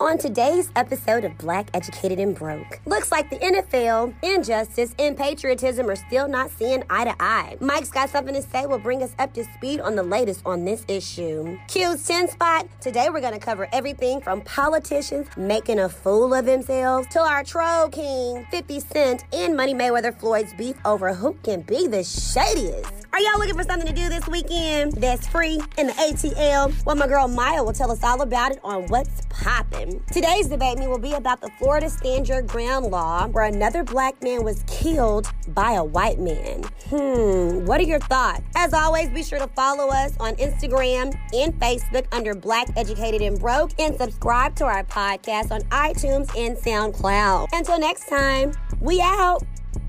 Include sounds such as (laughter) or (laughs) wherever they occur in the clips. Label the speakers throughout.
Speaker 1: on today's episode of Black Educated and Broke. Looks like the NFL, injustice, and patriotism are still not seeing eye to eye. Mike's got something to say will bring us up to speed on the latest on this issue. Q's 10 spot. Today we're going to cover everything from politicians making a fool of themselves to our troll king, 50 Cent, and Money Mayweather Floyd's beef over who can be the shadiest. Are y'all looking for something to do this weekend that's free in the ATL? Well, my girl Maya will tell us all about it on What's Poppin'. Today's debate me will be about the Florida Stand Your Ground law, where another black man was killed by a white man. Hmm, what are your thoughts? As always, be sure to follow us on Instagram and Facebook under Black Educated and Broke and subscribe to our podcast on iTunes and SoundCloud. Until next time, we out.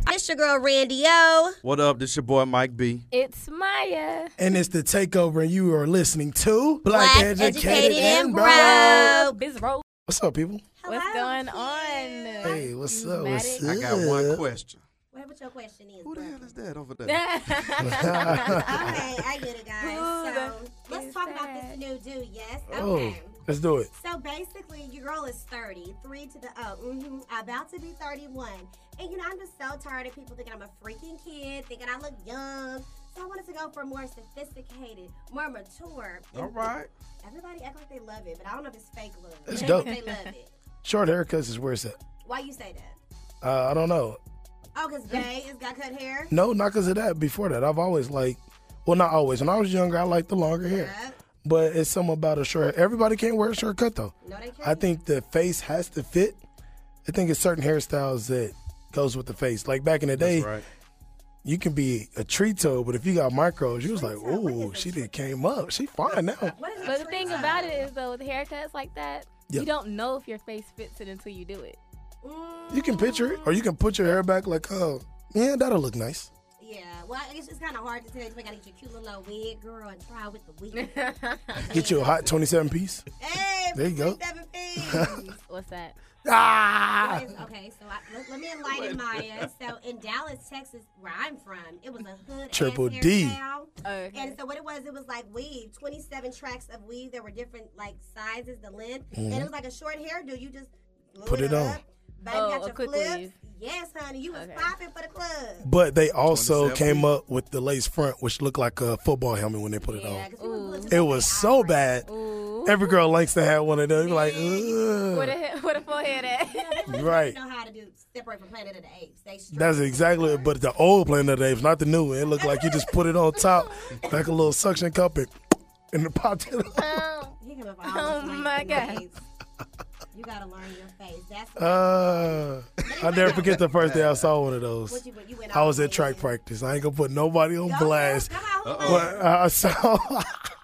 Speaker 1: It's your girl Randy O.
Speaker 2: What up? This your boy Mike B.
Speaker 3: It's Maya.
Speaker 4: And it's the takeover, and you are listening to Black,
Speaker 1: Black
Speaker 4: Educated,
Speaker 1: Educated and
Speaker 4: and Broke.
Speaker 1: Broke.
Speaker 3: Biz Roll.
Speaker 4: What's up, people?
Speaker 3: What's
Speaker 1: Hello,
Speaker 3: going
Speaker 1: kid.
Speaker 3: on?
Speaker 4: Hey, what's
Speaker 3: You
Speaker 4: up? What's
Speaker 3: mad
Speaker 4: up?
Speaker 2: I got one question.
Speaker 1: Whatever your question is.
Speaker 2: Who the
Speaker 1: bro.
Speaker 2: hell is that over there?
Speaker 3: at-
Speaker 4: (laughs)
Speaker 1: All right, I get it, guys.
Speaker 3: Who
Speaker 1: So
Speaker 3: the
Speaker 1: let's
Speaker 3: is
Speaker 1: talk about this
Speaker 3: that?
Speaker 1: new dude. Yes.
Speaker 4: Oh,
Speaker 1: Okay.
Speaker 4: let's do it.
Speaker 1: So basically, your girl is 30, three to the oh, hmm about to be 31. And you know, I'm just so tired of people thinking I'm a freaking kid, thinking I look young. So I wanted to go for more sophisticated, more mature.
Speaker 2: All right.
Speaker 1: Everybody act like they love it, but I don't know if it's fake love.
Speaker 4: That's
Speaker 1: They
Speaker 4: dope.
Speaker 1: think They love it.
Speaker 4: Short haircuts is where it's at.
Speaker 1: Why you say that?
Speaker 4: Uh, I don't know.
Speaker 1: Oh, because Bay has got cut
Speaker 4: (laughs)
Speaker 1: hair.
Speaker 4: No, not because of that. Before that, I've always liked, well, not always. When I was younger, I liked the longer hair.
Speaker 1: Yep.
Speaker 4: But it's something about a short Everybody can't wear a short cut, though.
Speaker 1: No, they can't.
Speaker 4: I think the face has to fit. I think it's certain hairstyles that goes with the face. Like back in the day,
Speaker 2: That's right.
Speaker 4: you can be a tree toad, but if you got micros, you was like,
Speaker 1: toe? What is
Speaker 4: ooh,
Speaker 1: a
Speaker 4: she did came up. She fine now.
Speaker 1: What is a
Speaker 3: (laughs) But the
Speaker 1: tree
Speaker 3: thing
Speaker 1: top?
Speaker 3: about it is, though, with haircuts like that,
Speaker 4: Yeah.
Speaker 3: you don't know if your face fits it until you do it. (laughs)
Speaker 1: Mm.
Speaker 4: You can picture it, or you can put your hair back like, oh, yeah, that'll look nice.
Speaker 1: Yeah, well, it's, it's kind of hard to tell. You gotta get your cute little old wig, girl, and try with the
Speaker 3: (laughs)
Speaker 1: wig.
Speaker 4: Get you a hot 27 piece.
Speaker 1: hey,
Speaker 4: There you go.
Speaker 1: 57
Speaker 4: (laughs)
Speaker 1: feet.
Speaker 3: What's that?
Speaker 4: Ah!
Speaker 1: Yes, okay, so I, let, let me enlighten Maya. So in Dallas, Texas, where I'm from, it was a hood
Speaker 4: Triple
Speaker 1: ass
Speaker 4: D.
Speaker 1: hairstyle.
Speaker 3: Okay.
Speaker 1: And so what it was, it was like weave, 27 tracks of weave. There were different like sizes, the length, and it was like a short hairdo. You just blew
Speaker 4: Mm-hmm. Put it on.
Speaker 1: up. Baby
Speaker 3: Oh,
Speaker 1: got
Speaker 3: a
Speaker 1: your
Speaker 3: quick
Speaker 1: flips.
Speaker 3: weave.
Speaker 1: Yes, honey, you was
Speaker 3: Okay.
Speaker 1: popping for the club.
Speaker 4: But they also
Speaker 2: 27
Speaker 4: came
Speaker 2: feet.
Speaker 4: up with the lace front, which looked like a football helmet when they put it
Speaker 1: Yeah,
Speaker 4: on.
Speaker 1: 'cause we was just
Speaker 4: It
Speaker 1: like
Speaker 4: was
Speaker 1: that
Speaker 4: so
Speaker 1: opera.
Speaker 4: bad.
Speaker 3: Ooh.
Speaker 4: Every girl likes to have one of them. You're like,
Speaker 3: Where the, he-
Speaker 4: ugh.
Speaker 3: where the
Speaker 2: (laughs)
Speaker 3: forehead at?
Speaker 4: Right.
Speaker 1: know how to do separate from Planet of the Apes. They straight-
Speaker 4: That's exactly it. But the old Planet of the Apes, not the new one. It looked like you just put it on top, like a little suction cup, and, and it popped it off.
Speaker 3: Um,
Speaker 1: He came up with all
Speaker 3: Oh,
Speaker 1: this
Speaker 3: my
Speaker 1: language.
Speaker 3: God.
Speaker 1: You gotta learn your face. That's what,
Speaker 4: Uh, I'll never forget the first day I saw one of those.
Speaker 1: what you, you went
Speaker 4: I was
Speaker 1: out
Speaker 4: at track
Speaker 1: with.
Speaker 4: practice. I ain't gonna put nobody on
Speaker 1: Y'all
Speaker 4: blast.
Speaker 1: know, Come on, who was
Speaker 4: But I saw, (laughs)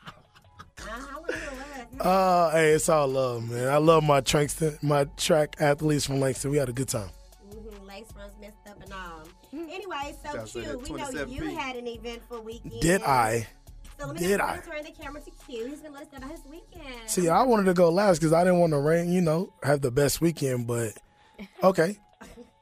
Speaker 1: it? Uh, I wanna hear what it was.
Speaker 4: uh, hey, it's all love, man. I love my tracks, my track athletes from Langston. We had a good time.
Speaker 1: Mhm, Lace fronts messed up and all. Anyway, so
Speaker 2: Y'all said
Speaker 1: Q,
Speaker 2: that
Speaker 1: we know
Speaker 2: 27
Speaker 1: you
Speaker 2: feet.
Speaker 1: had an eventful weekend.
Speaker 4: Did I?
Speaker 1: So let me
Speaker 4: Did I?
Speaker 1: just turn the camera to Q. He's gonna let us know about his weekend.
Speaker 4: See, I wanted to go last because I didn't want to rain. You know, have the best
Speaker 1: (laughs)
Speaker 4: weekend, but okay.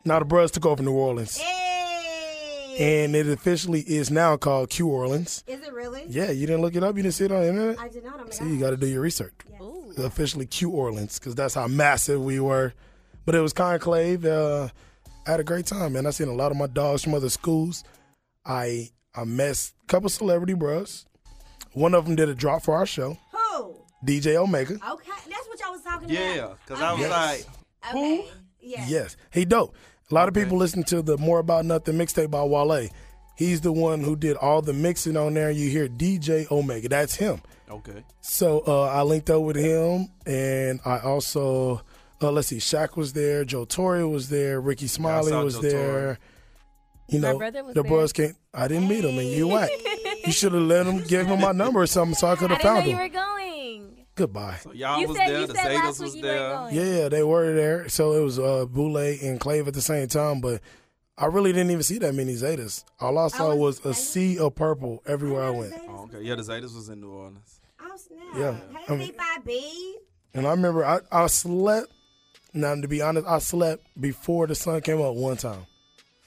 Speaker 4: Now the Bros took over New Orleans,
Speaker 1: Hey!
Speaker 4: and it officially is now called Q Orleans.
Speaker 1: Is it really?
Speaker 4: Yeah, you didn't look it up. You didn't see it on the internet.
Speaker 1: I did not. I'm
Speaker 4: See, you got to do your research.
Speaker 3: Ooh.
Speaker 4: officially Q Orleans because that's how massive we were. But it was conclave. Uh, I had a great time, man. I seen a lot of my dogs from other schools. I I met a couple celebrity bros. One of them did a drop for our show,
Speaker 1: Who?
Speaker 4: DJ Omega.
Speaker 1: Okay, that's what y'all was talking
Speaker 2: Yeah,
Speaker 1: about.
Speaker 2: because I was
Speaker 1: Okay.
Speaker 2: like,
Speaker 1: Okay. Yeah.
Speaker 4: Yes, he dope. A lot of people listen to the More About Nothing mixtape by Wale. He's the one who did all the mixing on there. You hear DJ Omega. That's him.
Speaker 2: okay.
Speaker 4: So uh, I linked up with him, and I also uh, let's see, Shaq was there, Joe Torre was there, Ricky Smiley
Speaker 2: saw
Speaker 4: was
Speaker 2: Joe
Speaker 4: there.
Speaker 2: Torre.
Speaker 4: You
Speaker 3: My
Speaker 4: know,
Speaker 3: brother was
Speaker 4: the
Speaker 3: there.
Speaker 4: bros came. I didn't meet him, and you what?
Speaker 3: (laughs)
Speaker 4: You should have let him give him my number or something, so I could
Speaker 3: I
Speaker 4: have
Speaker 3: didn't know
Speaker 4: found
Speaker 3: you
Speaker 4: him.
Speaker 3: were going.
Speaker 4: Goodbye.
Speaker 2: So y'all
Speaker 3: you
Speaker 2: was
Speaker 3: said
Speaker 2: there.
Speaker 3: you
Speaker 2: The
Speaker 3: said
Speaker 2: Zetas
Speaker 3: last
Speaker 2: was
Speaker 3: week you weren't
Speaker 2: there.
Speaker 3: going.
Speaker 4: Yeah, they were there. So it was uh, Boule and Clave at the same time, but I really didn't even see that many Zetas. All I saw
Speaker 1: was-
Speaker 4: was a sea of purple everywhere I went.
Speaker 2: Oh, okay. Yeah, the Zetas was in New Orleans.
Speaker 1: Oh snap!
Speaker 4: Yeah.
Speaker 1: Hey,
Speaker 4: I mean-
Speaker 1: B5B.
Speaker 4: And I remember I, I slept. Now, to be honest, I slept before the sun came up one time.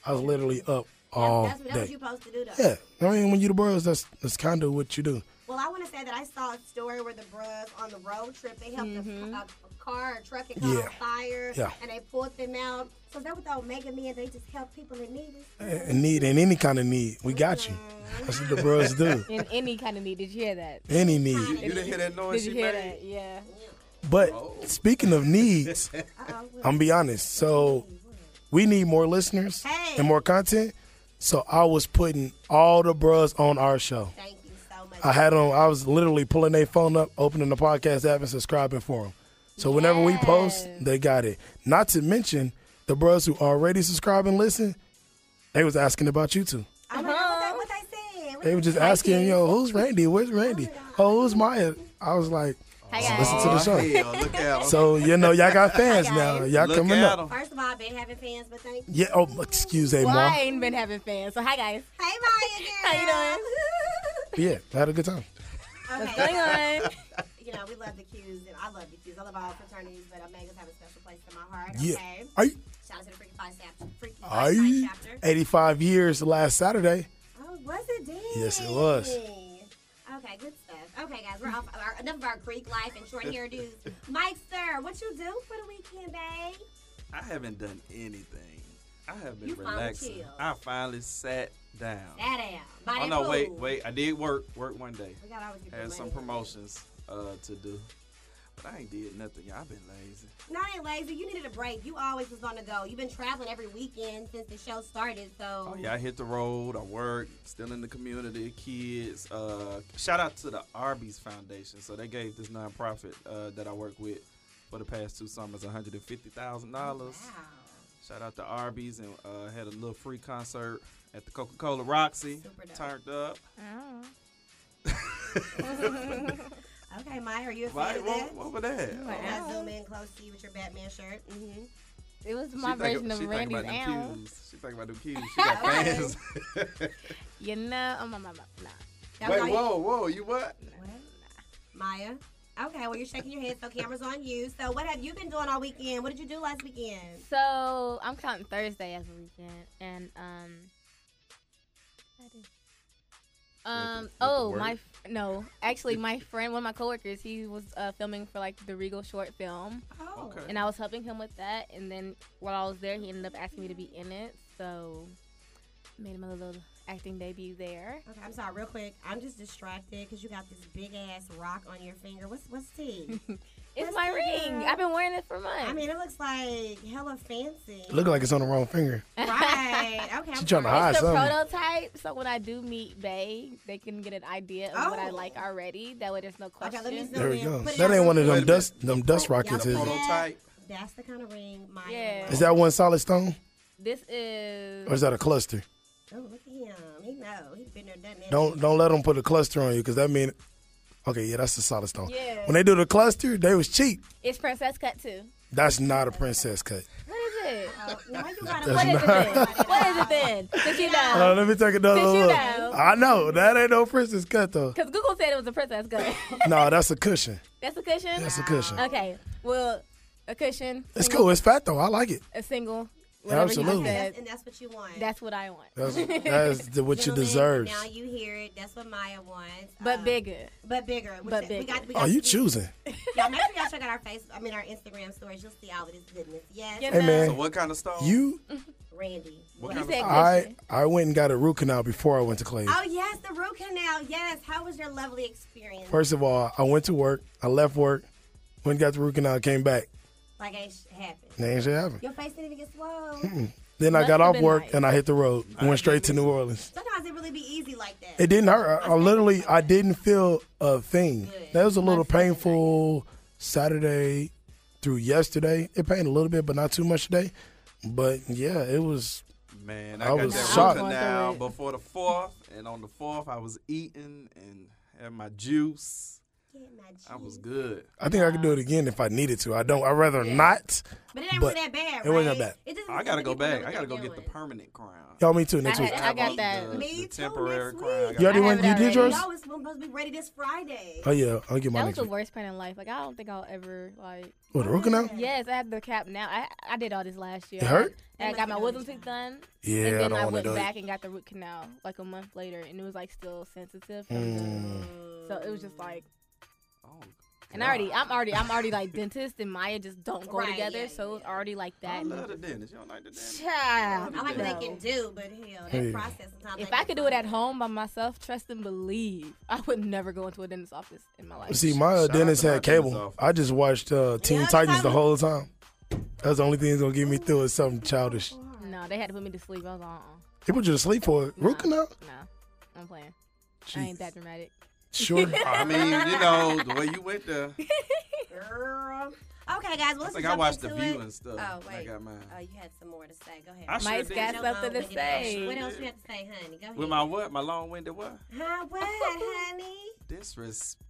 Speaker 4: I was literally up all
Speaker 1: that's, that's what
Speaker 4: day.
Speaker 1: you're supposed to do, though.
Speaker 4: Yeah, I mean, when you the bros, that's that's kind of what you do.
Speaker 3: Mm-hmm.
Speaker 1: Well, I want to say that I saw a story where the bros on the road trip they helped a, a, a car or truck had caught
Speaker 4: Yeah.
Speaker 1: on fire,
Speaker 4: Yeah.
Speaker 1: and they pulled them out. So that was the Omega Men. They just helped people in need.
Speaker 4: (laughs) In need, in any kind of need, we got you. That's what the bros do.
Speaker 3: In any kind of need. Did you hear that?
Speaker 4: Any need.
Speaker 2: You didn't hear that noise
Speaker 3: Did
Speaker 2: Oh, she
Speaker 3: you hear
Speaker 2: made?
Speaker 3: that? Yeah.
Speaker 4: But speaking of needs,
Speaker 1: Uh-oh. well,
Speaker 4: I'm be honest. So we need more listeners
Speaker 1: Hey.
Speaker 4: and more content. So I was putting all the bros on our show.
Speaker 1: Thank you so much.
Speaker 4: I had on. I was literally pulling their phone up, opening the podcast app, and subscribing for them. So whenever we post, they got it. Not to mention the bros who already subscribe and listen. They was asking about you too.
Speaker 1: I don't know what
Speaker 3: Uh-huh.
Speaker 1: they, what they said. What
Speaker 4: They were just asking, yo, who's Randy? Where's Randy? Oh, who's Maya? I was like,
Speaker 3: Hi, guys.
Speaker 4: listen to the
Speaker 2: Oh,
Speaker 4: show.
Speaker 2: hell, look out.
Speaker 4: So you know, y'all got fans
Speaker 1: Hi,
Speaker 4: now.
Speaker 1: guys.
Speaker 4: (laughs) Y'all
Speaker 2: look
Speaker 4: coming
Speaker 2: at
Speaker 4: up.
Speaker 2: 'em.
Speaker 1: First of all, I've been having fans, but thank you.
Speaker 4: Yeah. Oh, excuse me,
Speaker 3: Well, I
Speaker 4: mom.
Speaker 3: ain't been having fans, so hi guys.
Speaker 1: Hey, Maya, girl.
Speaker 3: (laughs)
Speaker 1: (laughs)
Speaker 3: How you doing?
Speaker 4: Yeah, I had a good time.
Speaker 3: What's
Speaker 1: Okay.
Speaker 2: (laughs)
Speaker 3: going on?
Speaker 1: You know, we love the Qs, and I love the Qs. I love all fraternities, but Omegas have a special place in my heart.
Speaker 4: Yeah.
Speaker 1: Okay.
Speaker 4: Are you?
Speaker 1: Shout out to the Freaky Five chapter. Freaky
Speaker 4: Are
Speaker 1: Five
Speaker 4: you?
Speaker 1: chapter.
Speaker 4: 85 years last Saturday.
Speaker 1: Oh, was it? Dang.
Speaker 4: Yes, it was.
Speaker 1: Okay, good stuff. Okay, guys, we're off our, enough of our Greek life and short hairdos.
Speaker 4: (laughs)
Speaker 1: Mike, sir, what you do for the weekend, babe?
Speaker 2: I haven't done anything. I have been
Speaker 1: You finally
Speaker 2: relaxing.
Speaker 1: chilled.
Speaker 2: I finally sat down.
Speaker 1: That am. By
Speaker 2: Oh
Speaker 1: that
Speaker 2: no,
Speaker 1: pool.
Speaker 2: wait, wait. I did work, work one day.
Speaker 1: We gotta always get
Speaker 2: Had
Speaker 1: the
Speaker 2: some
Speaker 1: money.
Speaker 2: promotions uh, to do, but I ain't did nothing. y'all. I been lazy.
Speaker 1: Not ain't lazy. You needed a break. You always was on the go. You've been traveling every weekend since the show started, so.
Speaker 2: Oh yeah, I hit the road. I work. Still in the community. Kids. Uh, shout out to the Arby's Foundation. So they gave this nonprofit uh, that I work with for the past two summers one hundred and fifty thousand dollars.
Speaker 1: Wow.
Speaker 2: Shout out to Arby's and uh, had a little free concert at the Coca Cola Roxy.
Speaker 1: Super dope.
Speaker 2: Turned up. Oh.
Speaker 1: (laughs) Okay, Maya, are you a fan
Speaker 2: Right?
Speaker 1: of that?
Speaker 2: What, what was that?
Speaker 3: Right.
Speaker 1: Can I zoom in close to you with your Batman shirt. Mm-hmm.
Speaker 3: It was
Speaker 2: She
Speaker 3: my
Speaker 2: think-
Speaker 3: version
Speaker 2: she
Speaker 3: of
Speaker 2: think
Speaker 3: Randy's
Speaker 2: about them
Speaker 3: owl.
Speaker 2: cues. She think about them cues. She got fans.
Speaker 3: You know, oh my, my, my,
Speaker 2: (laughs)
Speaker 3: nah.
Speaker 2: Wait, whoa, whoa, you what?
Speaker 1: Maya. Okay, well, you're shaking your head, so camera's on you. So, what have you been doing all weekend? What did you do last weekend?
Speaker 3: So I'm counting Thursday as a weekend, and um, I did- um.
Speaker 2: with the
Speaker 3: Oh,
Speaker 2: work?
Speaker 3: my f- no, actually, my friend, one of my coworkers, he was uh, filming for like the Regal short film,
Speaker 1: Oh,
Speaker 2: Okay.
Speaker 3: and I was helping him with that. And then while I was there, he ended up asking me to be in it, so made him a little acting debut there.
Speaker 1: Okay, I'm sorry, real quick. I'm just distracted because you got this big ass rock on your finger. What's what's
Speaker 3: (laughs)
Speaker 1: tea?
Speaker 3: It's
Speaker 1: That's
Speaker 3: my
Speaker 1: cute.
Speaker 3: ring. I've been wearing it for months.
Speaker 1: I mean, it looks like hella fancy.
Speaker 4: Look like it's on the wrong finger.
Speaker 1: right. Okay.
Speaker 4: She
Speaker 1: I'm
Speaker 4: trying
Speaker 1: sorry.
Speaker 4: to hide
Speaker 3: it's the
Speaker 4: something.
Speaker 3: prototype, so when I do meet Bay, they can get an idea of what I
Speaker 1: Oh.
Speaker 3: like already. That way, there's no
Speaker 1: Okay,
Speaker 3: question.
Speaker 1: let me zoom
Speaker 4: There we
Speaker 1: in.
Speaker 4: go.
Speaker 1: Put it out
Speaker 4: That ain't
Speaker 1: real
Speaker 4: one of
Speaker 1: quick.
Speaker 4: them
Speaker 2: Wait a
Speaker 4: dust, them dust rockets,
Speaker 1: Y'all
Speaker 4: is it?
Speaker 1: put
Speaker 2: Prototype.
Speaker 1: That's the kind of ring Maya.
Speaker 3: Yeah.
Speaker 1: likes.
Speaker 4: Is that one solid stone,
Speaker 3: This is
Speaker 4: or is that a cluster?
Speaker 1: Oh, look at him. He know. He's been there, done that.
Speaker 4: Don't don't let them put a cluster on you, because that mean. Okay, yeah, that's a solid stone.
Speaker 3: Yeah.
Speaker 4: When they do the cluster, they was cheap.
Speaker 3: it's princess cut too.
Speaker 4: That's not a princess cut.
Speaker 3: What is it?
Speaker 1: Oh, now you gotta
Speaker 3: What
Speaker 1: put
Speaker 3: is it then? What is it then? Did
Speaker 4: (laughs)
Speaker 3: you
Speaker 4: Uh,
Speaker 1: Oh.
Speaker 3: know?
Speaker 4: let me take another
Speaker 3: Did you
Speaker 4: look.
Speaker 3: know?
Speaker 4: I know that ain't no princess cut though.
Speaker 3: Because Google said it was a princess cut. (laughs)
Speaker 4: no, that's a cushion.
Speaker 3: That's a cushion.
Speaker 4: That's a cushion.
Speaker 3: Okay. Well, a cushion.
Speaker 4: It's
Speaker 3: single-
Speaker 4: cool. It's fat though. I like it.
Speaker 3: A single. Whatever
Speaker 4: Absolutely.
Speaker 3: You
Speaker 1: That's,
Speaker 3: said,
Speaker 1: and that's what you want.
Speaker 3: that's what I want, (laughs)
Speaker 4: That's that's the, what you
Speaker 1: Gentlemen,
Speaker 4: deserve.
Speaker 1: Now you hear it. That's what Maya wants.
Speaker 3: but
Speaker 1: Um,
Speaker 3: bigger.
Speaker 1: But bigger. Which
Speaker 3: But
Speaker 1: is-
Speaker 3: bigger.
Speaker 1: We got, we got
Speaker 4: Oh, you choosing?
Speaker 1: Y'all make sure y'all check out our face. I mean, our Instagram stories. You'll see all of this goodness. Yes.
Speaker 3: You
Speaker 4: Hey
Speaker 3: know?
Speaker 2: So
Speaker 4: man,
Speaker 2: what kind of stone?
Speaker 4: you
Speaker 1: Randy.
Speaker 2: What
Speaker 1: Yes.
Speaker 2: kind
Speaker 3: You said
Speaker 4: I
Speaker 1: (laughs)
Speaker 3: cushion.
Speaker 4: I went and got a root canal before I went to Clay.
Speaker 1: Oh yes, the root canal. Yes. How was your lovely experience?
Speaker 4: First of all, I went to work. I left work. Went and got the root canal. Came back.
Speaker 1: Like ain't sh- happened.
Speaker 4: That ain't shit happened.
Speaker 1: Your face didn't even get swole.
Speaker 4: Hmm. Then I
Speaker 3: Must
Speaker 4: got
Speaker 3: have
Speaker 4: off
Speaker 3: been
Speaker 4: work
Speaker 3: nice.
Speaker 4: and I hit the road. Went straight to New Orleans.
Speaker 1: Sometimes it really be easy like that.
Speaker 4: It didn't hurt. I, I literally I didn't feel a thing. That was a little painful Saturday through yesterday. It pained a little bit, but not too much today. But yeah, it was.
Speaker 2: Man, I,
Speaker 4: I
Speaker 2: got
Speaker 4: was
Speaker 2: that
Speaker 4: shocked.
Speaker 2: root
Speaker 3: I was going
Speaker 2: canal
Speaker 3: through it.
Speaker 2: before the fourth, and on the fourth I was eating and had my juice.
Speaker 1: Get my
Speaker 2: I was
Speaker 1: G.
Speaker 2: good.
Speaker 4: I think I could do it again if I needed to. I don't. I would rather not.
Speaker 1: But it ain't
Speaker 4: but
Speaker 1: really that bad.
Speaker 4: it wasn't
Speaker 1: right?
Speaker 4: that bad.
Speaker 1: It doesn't
Speaker 2: I gotta
Speaker 1: really
Speaker 2: go
Speaker 1: depend on
Speaker 2: back.
Speaker 1: what
Speaker 2: I gotta go
Speaker 1: y'all
Speaker 2: get the
Speaker 1: doing.
Speaker 2: permanent crown.
Speaker 4: Y'all, me too. Next
Speaker 3: I
Speaker 4: week.
Speaker 3: had- uh, I got
Speaker 2: on
Speaker 3: that.
Speaker 2: The,
Speaker 1: Me
Speaker 2: the
Speaker 1: too,
Speaker 2: temporary
Speaker 1: next
Speaker 2: crown. I
Speaker 1: week.
Speaker 2: got
Speaker 4: You already
Speaker 3: I
Speaker 4: went. You
Speaker 3: have it
Speaker 4: did
Speaker 3: already.
Speaker 4: yours?
Speaker 1: Y'all was supposed to be ready this Friday.
Speaker 4: Oh yeah, I'll get
Speaker 3: That
Speaker 4: mine
Speaker 3: was
Speaker 4: next
Speaker 3: the
Speaker 4: week.
Speaker 3: worst pain in life. Like I don't think I'll ever like.
Speaker 4: What the root canal?
Speaker 3: Yes, I have the cap now. I I did all this last year.
Speaker 4: It hurt?
Speaker 3: And I
Speaker 1: That
Speaker 3: got my
Speaker 1: must have
Speaker 3: wisdom
Speaker 1: been
Speaker 3: teeth done.
Speaker 4: Yeah,
Speaker 3: and
Speaker 4: I
Speaker 3: then
Speaker 4: don't
Speaker 3: I,
Speaker 4: want to
Speaker 3: went
Speaker 4: do it.
Speaker 3: back and got the root canal like a month
Speaker 4: Mm.
Speaker 3: later, and it was like still sensitive. from the- so it was just like
Speaker 2: Oh,
Speaker 3: And I already, I'm already, I'm already like dentist and Maya just don't go
Speaker 1: Right,
Speaker 3: together.
Speaker 1: yeah,
Speaker 3: so it's already like that.
Speaker 2: I
Speaker 3: and
Speaker 2: love the dentist. You don't like the
Speaker 3: (laughs)
Speaker 2: dentist?
Speaker 3: Child,
Speaker 1: I like
Speaker 3: no.
Speaker 1: what they can do, but hell, that
Speaker 4: Hey.
Speaker 1: process sometimes.
Speaker 3: If
Speaker 1: ain't
Speaker 3: I could do it at home by myself, trust and believe, I would never go into a dentist's office in my life.
Speaker 4: See, my uh,
Speaker 2: Shout out
Speaker 4: dentist
Speaker 2: to my
Speaker 4: had
Speaker 2: dentist
Speaker 4: cable.
Speaker 2: office.
Speaker 4: I just watched uh, Teen
Speaker 1: Yeah,
Speaker 4: Titans the
Speaker 1: Titans.
Speaker 4: whole time. That's the only thing that's gonna get me through is something childish.
Speaker 3: no, they had to put me to sleep. I was like, uh-uh.
Speaker 4: He put you to sleep for it. Root canal?
Speaker 3: no, I'm playing. I ain't that dramatic. (laughs)
Speaker 4: Sure.
Speaker 2: Oh, I mean, you know, the way you went there.
Speaker 1: Girl. Okay, guys. Well,
Speaker 2: I
Speaker 1: let's
Speaker 2: think
Speaker 1: jump
Speaker 2: I watched the
Speaker 1: into
Speaker 2: view
Speaker 1: it.
Speaker 2: and stuff.
Speaker 1: Oh,
Speaker 2: when I
Speaker 1: wait.
Speaker 2: got mine.
Speaker 1: Oh, you had some more to say. Go ahead.
Speaker 2: I sure
Speaker 3: Mike's
Speaker 2: did.
Speaker 3: got
Speaker 1: No,
Speaker 3: something
Speaker 1: no,
Speaker 3: to
Speaker 1: we can-
Speaker 3: say.
Speaker 1: What else you have to say, honey? Go ahead.
Speaker 2: With my what? My long winded what?
Speaker 1: Huh? What, honey?
Speaker 2: Disrespect.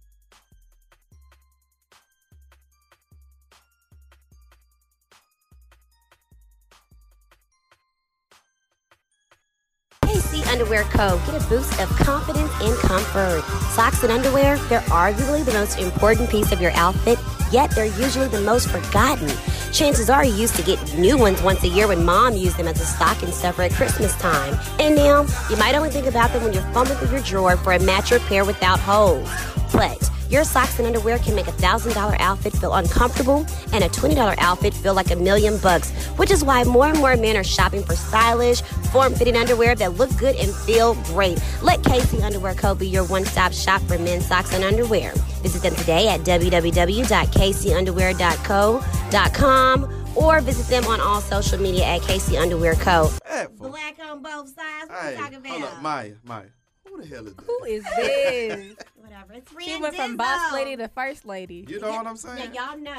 Speaker 1: KC Underwear Co. Get a boost of confidence and comfort. Socks and underwear, they're arguably the most important piece of your outfit, yet they're usually the most forgotten. Chances are you used to get new ones once a year when mom used them as a stocking stuffer at Christmas time. And now, you might only think about them when you're fumbling through your drawer for a match or pair without holes. But your socks and underwear can make a $1,000 outfit feel uncomfortable and a $20 outfit feel like a million bucks, which is why more and more men are shopping for stylish, form fitting underwear that look good and feel great. Let KC Underwear Co. be your one stop shop for men's socks and underwear. Visit them today at www.kcunderwear.co.com or visit them on all social media at KC Underwear Co.
Speaker 2: Bad for-
Speaker 1: Black on both sides. What
Speaker 2: Hey,
Speaker 1: you talking about?
Speaker 2: hold up, Maya, Maya. Who the hell is that?
Speaker 3: Who is
Speaker 1: (laughs)
Speaker 3: this?
Speaker 1: Whatever. It's
Speaker 3: she
Speaker 1: Ren
Speaker 3: went from
Speaker 1: Dizzo.
Speaker 3: boss lady to first lady.
Speaker 2: You know what I'm saying?
Speaker 1: Yeah, y'all know.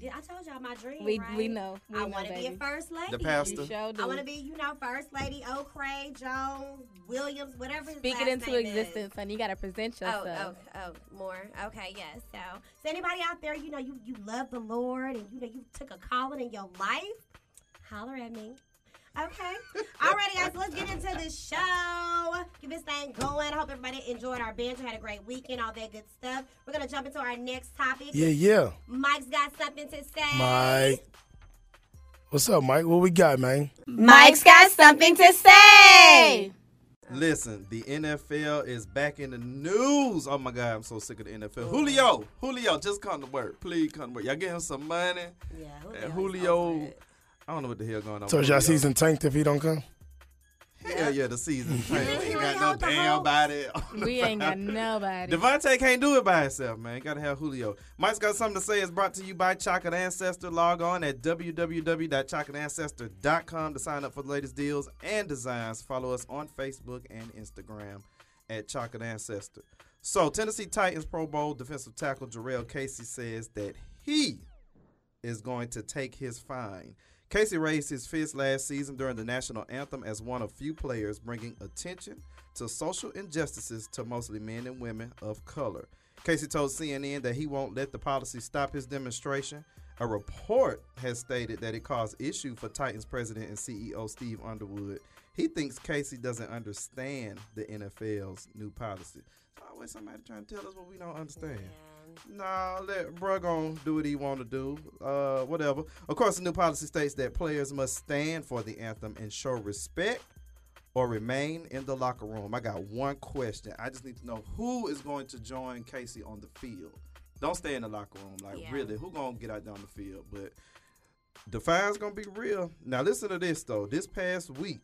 Speaker 1: Did- I told y'all my dream.
Speaker 3: We-
Speaker 1: right?
Speaker 3: we know. We
Speaker 1: I
Speaker 3: know,
Speaker 1: wanna be a
Speaker 3: baby.
Speaker 1: first lady.
Speaker 2: The pastor.
Speaker 3: You sure do.
Speaker 1: I want to be, you know, first lady. O'Cray, Jones, Williams, whatever. his
Speaker 3: Speak it
Speaker 1: last
Speaker 3: into
Speaker 1: name Is.
Speaker 3: existence, honey. You gotta present
Speaker 1: Oh,
Speaker 3: yourself.
Speaker 1: oh, oh, more. Okay, yes. So, so anybody out there, you know, you you love the Lord and you know you took a calling in your life, holler at me. Okay. Alrighty, guys, let's get into the show. Get this thing going. I hope everybody enjoyed our banter, had a great weekend, all that good stuff. We're gonna jump into our next topic.
Speaker 4: yeah, yeah.
Speaker 1: Mike's got something to say.
Speaker 4: Mike. What's up, Mike? What we got, man?
Speaker 3: Mike's got something to say.
Speaker 2: Listen, the NFL is back in the news. Oh my God, I'm so sick of the NFL.
Speaker 1: Oh,
Speaker 2: Julio, Julio, just come to work. Please come to work. Y'all get him some money.
Speaker 1: Yeah,
Speaker 2: And
Speaker 1: is over
Speaker 2: Julio,
Speaker 1: it.
Speaker 2: I don't know what the hell going on.
Speaker 4: So
Speaker 2: with
Speaker 4: is y'all
Speaker 2: Julio.
Speaker 4: season tanked if he don't come?
Speaker 2: Hell yeah, the
Speaker 1: (laughs)
Speaker 2: season. He ain't
Speaker 1: Julio
Speaker 2: got
Speaker 1: with the
Speaker 2: no damn
Speaker 1: Hulk.
Speaker 2: body. (laughs) Oh,
Speaker 3: We ain't got nobody.
Speaker 2: Devontae can't do it by himself, man. Gotta have Julio. Mike's got something to say. It's brought to you by Chocolate Ancestor. Log on at www.chocolateancestor.com to sign up for the latest deals and designs. Follow us on Facebook and Instagram at Chocolate Ancestor. So, Tennessee Titans Pro Bowl defensive tackle Jarrell Casey says that he is going to take his fine. Casey raised his fist last season during the national anthem as one of few players bringing attention to social injustices to mostly men and women of color. Casey told CNN that he won't let the policy stop his demonstration. A report has stated that it caused issue for Titans president and CEO Steve Underwood. He thinks Casey doesn't understand the NFL's new policy. There's always somebody trying to tell us what we don't understand. Nah, let bruh gon' do what he want to do. Uh, whatever. Of course, the new policy states that players must stand for the anthem and show respect or remain in the locker room. I got one question. I just need to know who is going to join Casey on the field. Don't stay in the locker room. Like,
Speaker 1: Yeah.
Speaker 2: really, who gonna get out there on the field? But the fine's gonna be real. Now, listen to this though. This past week,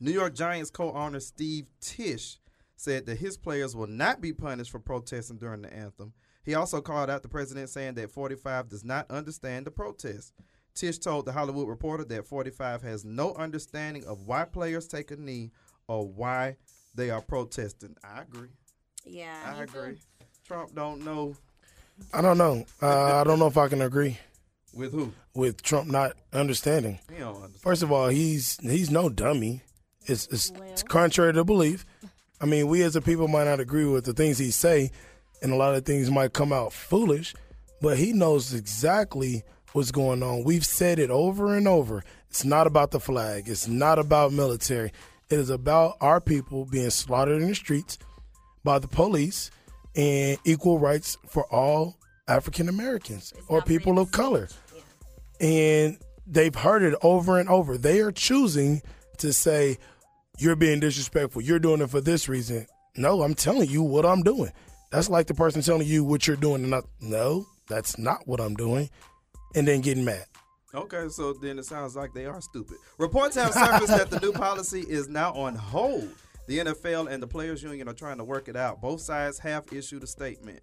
Speaker 2: New York Giants co-owner Steve Tisch said that his players will not be punished for protesting during the anthem. He also called out the president saying that 45 does not understand the protest. Tish told the Hollywood Reporter that 45 has no understanding of why players take a knee or why they are protesting. I agree.
Speaker 1: Yeah.
Speaker 2: I agree. Trump don't know
Speaker 4: I don't know. Uh, I don't know if I can agree
Speaker 2: with who.
Speaker 4: with Trump not understanding.
Speaker 2: He don't understand.
Speaker 4: First of all, he's he's no dummy. It's, it's, it's contrary to belief. I mean, we as a people might not agree with the things he say, and a lot of things might come out foolish, but he knows exactly what's going on. We've said it over and over. It's not about the flag. It's not about military. It is about our people being slaughtered in the streets by the police and equal rights for all African Americans or people of color and they've heard it over and over. They are choosing to say, You're being disrespectful. You're doing it for this reason. No, I'm telling you what I'm doing. That's like the person telling you what you're doing and not, no, that's not what I'm doing, and then getting mad.
Speaker 2: Okay, so then it sounds like they are stupid. Reports have surfaced that the new policy is now on hold. The NFL and the Players Union are trying to work it out. Both sides have issued a statement.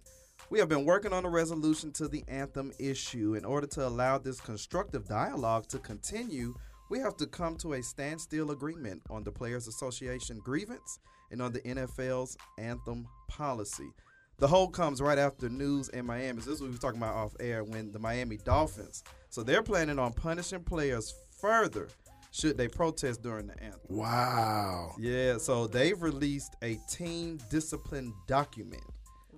Speaker 2: We have been working on a resolution to the anthem issue. In order to allow this constructive dialogue to continue, we have to come to a standstill agreement on the Players Association grievance and on the NFL's anthem policy. The whole comes right after news in Miami. So this is what we were talking about off air when the Miami Dolphins. So they're planning on punishing players further should they protest during the anthem.
Speaker 4: Wow.
Speaker 2: Yeah, so they've released a team discipline document,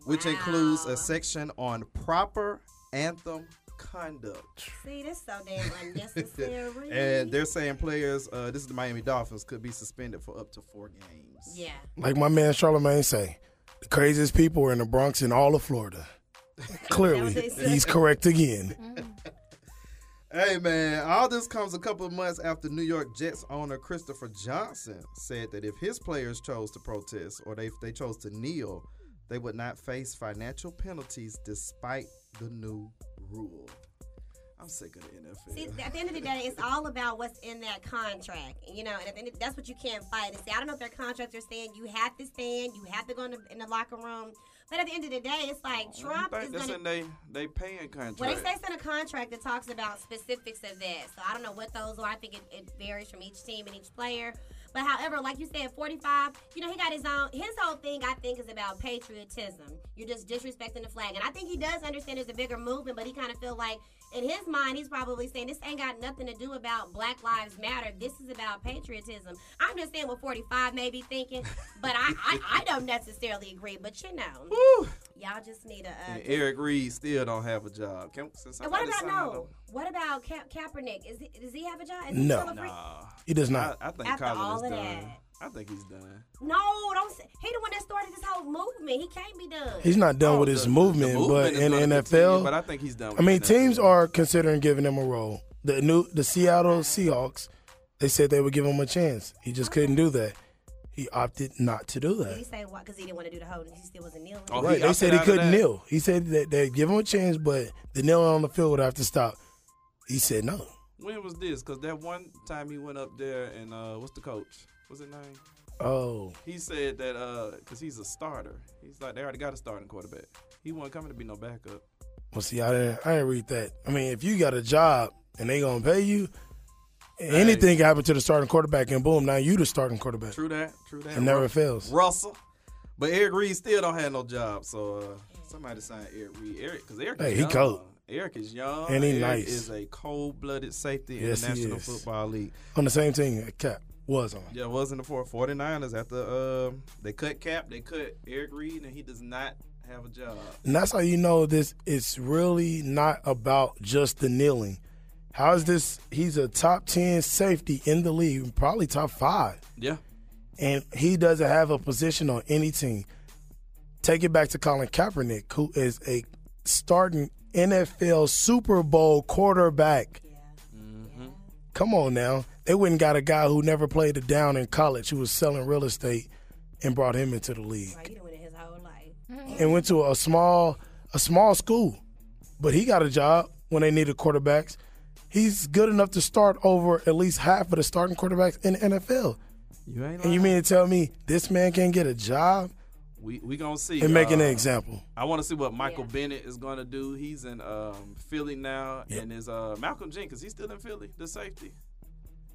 Speaker 2: which includes a section on proper anthem conduct.
Speaker 1: See, this so damn unnecessary.
Speaker 2: (laughs) And they're saying players, uh, this is the Miami Dolphins, could be suspended for up to four games.
Speaker 1: yeah.
Speaker 4: Like my man Charlemagne say, the craziest people are in the Bronx and all of Florida. Clearly,
Speaker 1: That what they said.
Speaker 4: he's correct again.
Speaker 2: Hey man, all this comes a couple of months after New York Jets owner Christopher Johnson said that if his players chose to protest or they, if they chose to kneel, they would not face financial penalties despite the new rule. I'm sick of the
Speaker 1: See,
Speaker 2: NFL.
Speaker 1: at the end of the day, it's all about what's in that contract, you know. And at the end of- that's what you can't fight. And see, I don't know if their contracts are saying you have to stand, you have to go in the, in the locker room. But at the end of the day, it's like Trump
Speaker 2: Oh, You
Speaker 1: is
Speaker 2: think that's
Speaker 1: going
Speaker 2: in
Speaker 1: to.
Speaker 2: they they (laughs) paying contract.
Speaker 1: Well, they say it's in a contract that talks about specifics of that. So I don't know what those are. I think it, it varies from each team and each player. But however, like you said, 45, you know, he got his own. His whole thing, I think, is about patriotism. You're just disrespecting the flag. And I think he does understand there's a bigger movement, but he kind of feel like in his mind, he's probably saying this ain't got nothing to do about Black Lives Matter. This is about patriotism. I'm just saying what 45 may be thinking, but I, I, I don't necessarily agree. But you know,
Speaker 2: (laughs) Whew.
Speaker 1: y'all just need a. Uh,
Speaker 2: And Eric Reed still don't have a job. Can, since
Speaker 1: and what
Speaker 2: somebody
Speaker 1: about
Speaker 2: signed him-
Speaker 1: no? What about Ka- Kaepernick? Is he, does he have a job? Is he
Speaker 4: No.
Speaker 1: still a free?
Speaker 2: Nah,
Speaker 4: He does
Speaker 2: I,
Speaker 4: not.
Speaker 2: I think
Speaker 1: After
Speaker 2: Colin
Speaker 1: all
Speaker 2: is
Speaker 1: of
Speaker 2: done.
Speaker 1: that.
Speaker 2: I think he's done.
Speaker 1: No, don't. Say, he the one that started this whole movement. He can't be done.
Speaker 4: He's not done
Speaker 2: Oh,
Speaker 4: with
Speaker 2: the-
Speaker 4: his
Speaker 2: the
Speaker 4: movement,
Speaker 2: movement is
Speaker 4: but in
Speaker 2: gonna
Speaker 4: NFL,
Speaker 2: continue, but I think he's done.
Speaker 4: I
Speaker 2: with
Speaker 4: mean,
Speaker 2: the
Speaker 4: teams
Speaker 2: NFL.
Speaker 4: are considering giving him a role. The new the Seattle Seahawks, they said they would give him a chance. He just couldn't do that. He opted not to do
Speaker 1: Did he
Speaker 4: that.
Speaker 1: say why? Because he didn't want to do the whole. He still wasn't kneeling.
Speaker 2: Oh,
Speaker 4: Right?
Speaker 2: he
Speaker 4: They
Speaker 2: opted
Speaker 4: said he
Speaker 2: out of
Speaker 4: couldn't
Speaker 2: that.
Speaker 4: kneel. He said that they'd give him a chance, but the kneeling on the field would have to stop. He said no.
Speaker 2: When was this? Because that one time he went up there and uh, what's the coach? What's his name?
Speaker 4: Oh,
Speaker 2: He said that because he's a starter. He's like they already got a starting quarterback. He wasn't coming to be no backup.
Speaker 4: well, see, I didn't, I didn't read that. I mean, if you got a job and they gonna pay you, anything can happen to the starting quarterback, and boom, now you the starting quarterback.
Speaker 2: True that. True that.
Speaker 4: It never
Speaker 2: Ru-
Speaker 4: fails.
Speaker 2: Russell, but Eric Reed still don't have no job. So uh, somebody signed Eric Reed. Eric, because Eric.
Speaker 4: Hey,
Speaker 2: is
Speaker 4: he
Speaker 2: young.
Speaker 4: cold.
Speaker 2: Eric is young.
Speaker 4: And he
Speaker 2: Eric
Speaker 4: nice.
Speaker 2: Is a cold-blooded safety in
Speaker 4: Yes,
Speaker 2: the
Speaker 4: he
Speaker 2: National
Speaker 4: is.
Speaker 2: Football League.
Speaker 4: On the same team, that Cap was on.
Speaker 2: Yeah, it was in the four- 49ers after um, they cut Cap, they cut Eric Reed, and he does not have a job.
Speaker 4: And that's how you know this it's really not about just the kneeling. How is this he's a top 10 safety in the league, probably top 5,
Speaker 2: Yeah.
Speaker 4: and he doesn't have a position on any team. Take it back to Colin Kaepernick, who is a starting NFL Super Bowl quarterback. Come on now. They went and got a guy who never played a down in college, who was selling real estate and brought him into the league
Speaker 1: Right, you doing it his whole life.
Speaker 4: and went to a small a small school, but he got a job when they needed quarterbacks. He's good enough to start over at least half of the starting quarterbacks in the NFL.
Speaker 2: You ain't
Speaker 4: And you mean to tell me this man can't get a job
Speaker 2: we we gonna see.
Speaker 4: and make an
Speaker 2: Uh,
Speaker 4: example?
Speaker 2: I want to see what Michael Bennett is gonna do. He's in um, Philly now, and is uh, Malcolm Jenkins. He's still in Philly, the safety.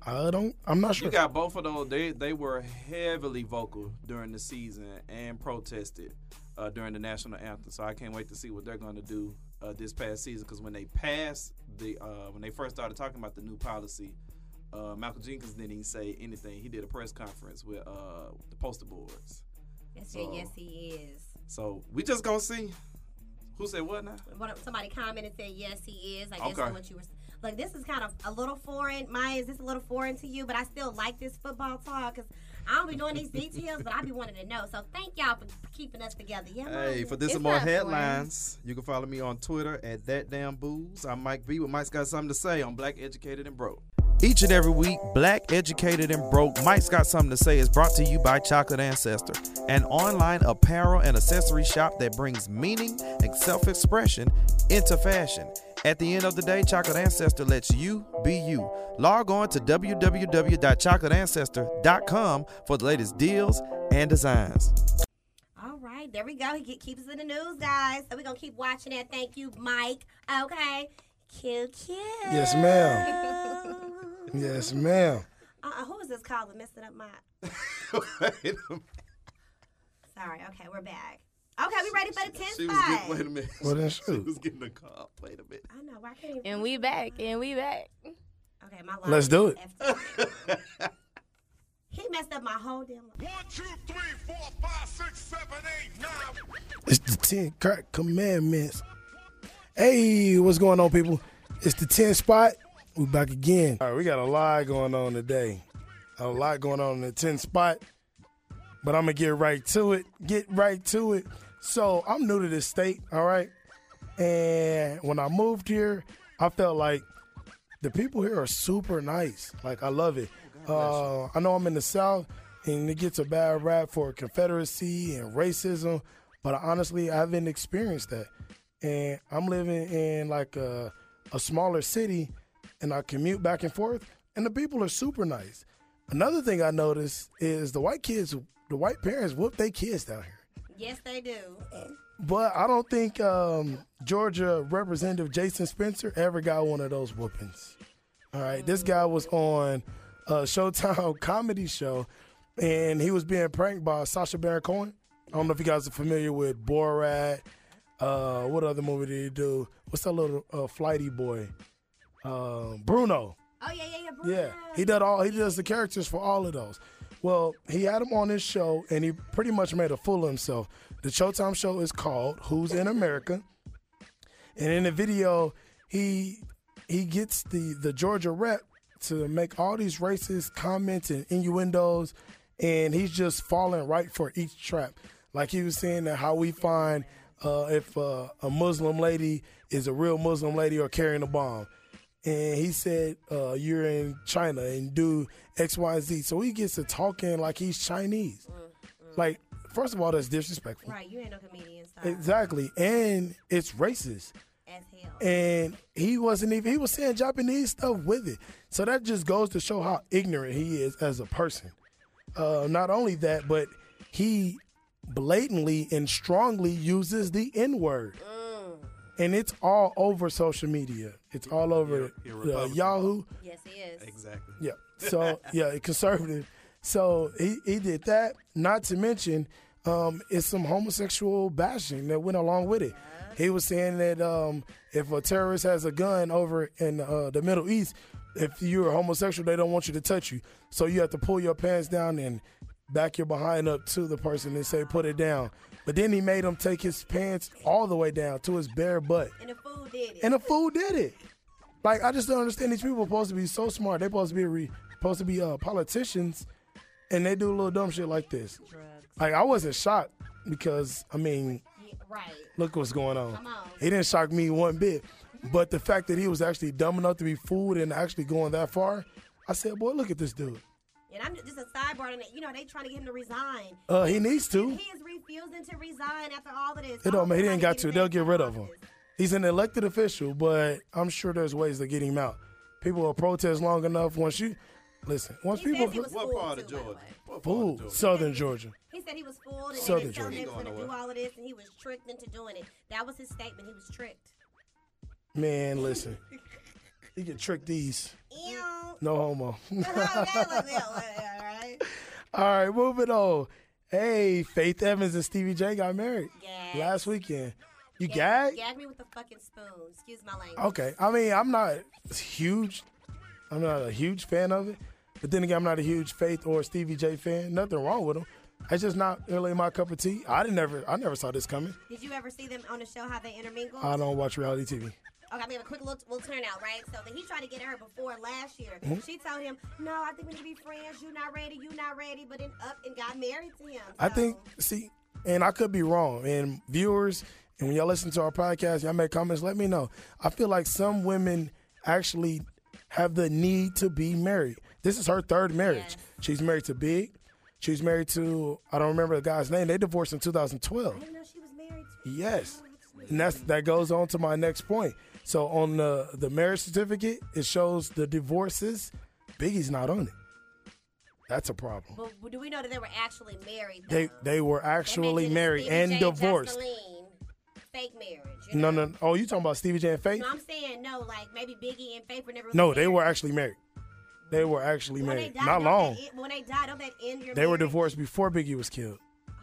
Speaker 4: I don't. I'm not
Speaker 2: You
Speaker 4: sure.
Speaker 2: got both of those. They they were heavily vocal during the season and protested uh, during the national anthem. So I can't wait to see what they're going to do uh, this past season. Because when they passed the uh, when they first started talking about the new policy, uh, Malcolm Jenkins didn't even say anything. He did a press conference with uh, the poster boards.
Speaker 1: That's
Speaker 4: Oh.
Speaker 1: your yes, he is.
Speaker 2: So we just gonna see who said what now.
Speaker 1: What, somebody commented said yes, he is. I guess
Speaker 2: Okay.
Speaker 1: that's what you were. Like this is kind of a little foreign. Maya, is this a little foreign to you? But I still like this football talk because I don't be doing these details, but I be wanting to know. So thank y'all for keeping us together. Yeah,
Speaker 2: Hey,
Speaker 1: Maya?
Speaker 2: for this
Speaker 3: It's
Speaker 2: and more
Speaker 3: not boring.
Speaker 2: headlines, you can follow me on Twitter at that damn booze. I'm Mike B. With Mike's got something to say on Black Educated and Broke. Each and every week, Black Educated and Broke Mike's Got Something to Say is brought to you by Chocolate Ancestor, an online apparel and accessory shop that brings meaning and self expression into fashion. At the end of the day, Chocolate Ancestor lets you be you. Log on to www.chocolateancestor.com for the latest deals and designs.
Speaker 1: All right, there we go. He ke- keeps us in the news, guys. So we're gonna keep watching that. Thank you, Mike. Okay. Cute, cute.
Speaker 4: Yes, ma'am. Yes, ma'am.
Speaker 1: (laughs) Uh-uh, who is this calling? Messing up my. Sorry. Okay, we're back. Okay, we ready for the ten spot.
Speaker 2: a minute.
Speaker 4: Well, then shoot.
Speaker 2: getting a call. Wait a minute.
Speaker 1: I know. Why can't even...
Speaker 3: And we back. And we back.
Speaker 1: Okay, my line
Speaker 4: Let's do
Speaker 1: is
Speaker 4: it.
Speaker 1: effed up. he messed up my whole damn. Life.
Speaker 5: One, two, three, four, five, six, seven, eight, nine.
Speaker 4: It's the 10 crack commandments. Hey, what's going on, people? It's the 10 spot. We back again. All right, we got a lot going on today. A lot going on in the 10 spot. But I'm going to get right to it. Get right to it. So, I'm new to this state, all right? And when I moved here, I felt like the people here are super nice. Like I love it. Uh, I know I'm in the South, and it gets a bad rap for Confederacy and racism, but honestly, I haven't experienced that. And I'm living in like a, a smaller city, and I commute back and forth, and the people are super nice. Another thing I noticed is the white kids, the white parents whoop their kids down here.
Speaker 1: Yes, they do.
Speaker 4: But I don't think um, Georgia Representative Jason Spencer ever got one of those whoopings. All right, this guy was on a Showtime (laughs) comedy show, and he was being pranked by Sasha Baron Cohen. I don't know if you guys are familiar with Borat. Uh, what other movie did he do? What's that little uh, flighty boy? Um, Bruno.
Speaker 1: Oh yeah, yeah, yeah. Bruno.
Speaker 4: Yeah, he did all. He does the characters for all of those. Well, he had him on his show, and he pretty much made a fool of himself. The Showtime show is called "Who's in America," and in the video, he he gets the the Georgia rep to make all these racist comments and innuendos, and he's just falling right for each trap. Like he was saying that how we find uh, if uh, a Muslim lady is a real Muslim lady or carrying a bomb and he said, uh, "You're in China and do X, Y, Z." So he gets to talking like he's Chinese. Like, first of all, that's disrespectful.
Speaker 1: Right, you ain't no comedian, so
Speaker 4: Exactly, and it's racist.
Speaker 1: as hell.
Speaker 4: And he wasn't even he was saying Japanese stuff with it. So that just goes to show how ignorant he is as a person. Uh, not only that, but he blatantly and strongly uses the N word. And it's all over social media. It's all over
Speaker 2: You're- you're
Speaker 4: uh,
Speaker 2: Republican.
Speaker 4: Yahoo.
Speaker 1: Yes, he is.
Speaker 2: Exactly.
Speaker 4: Yeah. So yeah, conservative. So he, he did that. Not to mention, um, it's some homosexual bashing that went along with it. He was saying that um, if a terrorist has a gun over in uh, the Middle East, if you're homosexual, they don't want you to touch you. So you have to pull your pants down and back your behind up to the person and say, put it down. But then he made him take his pants all the way down to his bare butt.
Speaker 1: And the fool did it.
Speaker 4: And the fool did it. Like I just don't understand. These people supposed to be so smart. They supposed to be re, supposed to be uh, politicians, and they do little dumb shit like this.
Speaker 1: Drugs.
Speaker 4: Like I wasn't shocked because I mean,
Speaker 1: Yeah, right.
Speaker 4: look what's going on.
Speaker 1: Come on.
Speaker 4: It didn't shock me one bit. But the fact that he was actually dumb enough to be fooled and actually going that far, I said, boy, look at this dude.
Speaker 1: And I'm just a sidebar, and you know they trying to get him to resign.
Speaker 4: Uh, he needs to.
Speaker 1: He is refusing to resign after all of this.
Speaker 4: It don't.
Speaker 1: All
Speaker 4: matter. He
Speaker 1: this money
Speaker 4: ain't got to.
Speaker 1: getting
Speaker 4: They'll
Speaker 1: taken
Speaker 4: get
Speaker 1: out
Speaker 4: rid
Speaker 1: of
Speaker 4: of him.
Speaker 1: office.
Speaker 4: He's an elected official, but I'm sure there's ways to get him out. People will protest long enough. Once you listen, once
Speaker 1: He said
Speaker 4: people
Speaker 1: he was
Speaker 2: What
Speaker 1: fooled,
Speaker 2: part of
Speaker 1: too, by the
Speaker 2: Georgia?
Speaker 1: way.
Speaker 2: What part
Speaker 4: Ooh,
Speaker 2: of Georgia?
Speaker 4: Southern Georgia.
Speaker 1: He said he was fooled and
Speaker 4: Southern
Speaker 1: Southern they
Speaker 4: Georgia.
Speaker 1: him going
Speaker 2: Ain't
Speaker 1: to
Speaker 2: going
Speaker 1: do
Speaker 2: nowhere.
Speaker 1: all of this, and he was tricked into doing it. That was his statement. He was tricked.
Speaker 4: Man, listen. You can trick these.
Speaker 1: Ew.
Speaker 2: (laughs)
Speaker 4: No homo. (laughs)
Speaker 1: Okay, like, ew, all right.
Speaker 4: All right, moving on. Hey, Faith Evans and Stevie J got married
Speaker 1: Yes.
Speaker 4: last weekend. You
Speaker 1: Gag,
Speaker 4: gag? Oh.
Speaker 1: gag me with the fucking spoon. Excuse my language.
Speaker 4: Okay. I mean, I'm not huge. I'm not a huge fan of it. But then again, I'm not a huge Faith or Stevie J fan. Nothing wrong with them. It's just not really my cup of tea. I didn't ever. I never saw this coming.
Speaker 1: Did you ever see them on the show how they intermingle?
Speaker 4: I don't watch reality TV.
Speaker 1: Okay, I'm gonna have a quick little, little turnout, right? So then he tried to get her before last year.
Speaker 4: Mm-hmm.
Speaker 1: She told him, "No, I think we need to be friends. You not ready. You not ready." But then up and got married to him.
Speaker 4: I
Speaker 1: So,
Speaker 4: think, see, and I could be wrong. And viewers, and when y'all listen to our podcast, y'all make comments, let me know. I feel like some women actually have the need to be married. This is her third marriage.
Speaker 3: Yes.
Speaker 4: She's married to Big. She's married to I don't remember the guy's name. They divorced in 2012.
Speaker 1: didn't know she was married. To
Speaker 4: Yes. And that's that goes on to my next point. So on the the marriage certificate, it shows the divorces. Biggie's not on it. That's a problem.
Speaker 1: But but do we know that they were actually married?
Speaker 4: They
Speaker 1: though?
Speaker 4: they were
Speaker 1: They
Speaker 4: actually
Speaker 1: mentioned
Speaker 4: married
Speaker 1: Stevie
Speaker 4: and
Speaker 1: J
Speaker 4: divorced.
Speaker 1: Vaseline, fake marriage. you
Speaker 4: No,
Speaker 1: know?
Speaker 4: no. Oh, you talking about Stevie J and Faith?
Speaker 1: No, I'm saying no. Like maybe Biggie and Faith were never.
Speaker 4: No,
Speaker 1: really
Speaker 4: they
Speaker 1: married.
Speaker 4: were actually married. They were actually
Speaker 1: When they
Speaker 4: married.
Speaker 1: died,
Speaker 4: Not
Speaker 1: don't
Speaker 4: long.
Speaker 1: that en- when they died, don't that end your
Speaker 4: They were
Speaker 1: marriage?
Speaker 4: divorced before Biggie was killed.
Speaker 1: Oh,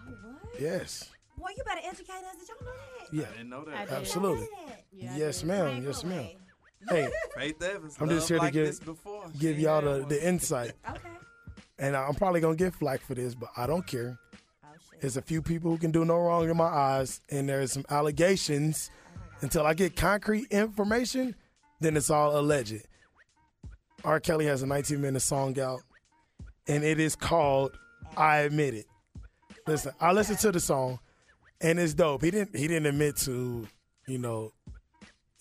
Speaker 1: what?
Speaker 4: Yes.
Speaker 1: Boy, you better educate us. Did y'all know that?
Speaker 4: Yeah.
Speaker 2: I didn't know
Speaker 3: I
Speaker 2: that.
Speaker 3: did.
Speaker 4: Absolutely.
Speaker 1: Y'all know that?
Speaker 3: Yeah, I
Speaker 4: Yes,
Speaker 3: did.
Speaker 4: ma'am.
Speaker 1: Ain't
Speaker 4: Yes,
Speaker 1: no
Speaker 4: ma'am.
Speaker 1: way. (laughs)
Speaker 4: Hey,
Speaker 2: Faith Evans.
Speaker 4: I'm just
Speaker 2: love
Speaker 4: here to
Speaker 2: like
Speaker 4: give-
Speaker 2: this before.
Speaker 4: give
Speaker 2: She
Speaker 4: y'all
Speaker 2: had
Speaker 4: the,
Speaker 2: one.
Speaker 4: the insight.
Speaker 1: Okay.
Speaker 4: And I'm probably gonna get flack for this, but I don't care.
Speaker 1: Oh shit.
Speaker 4: There's a few people who can do no wrong in my eyes, and there's some allegations.
Speaker 1: Oh
Speaker 4: Until I get concrete information, then it's all alleged. R. Kelly has a 19 minute song out, and it is called "I Admit It." Listen, I listened to the song, and it's dope. He didn't he didn't admit to you know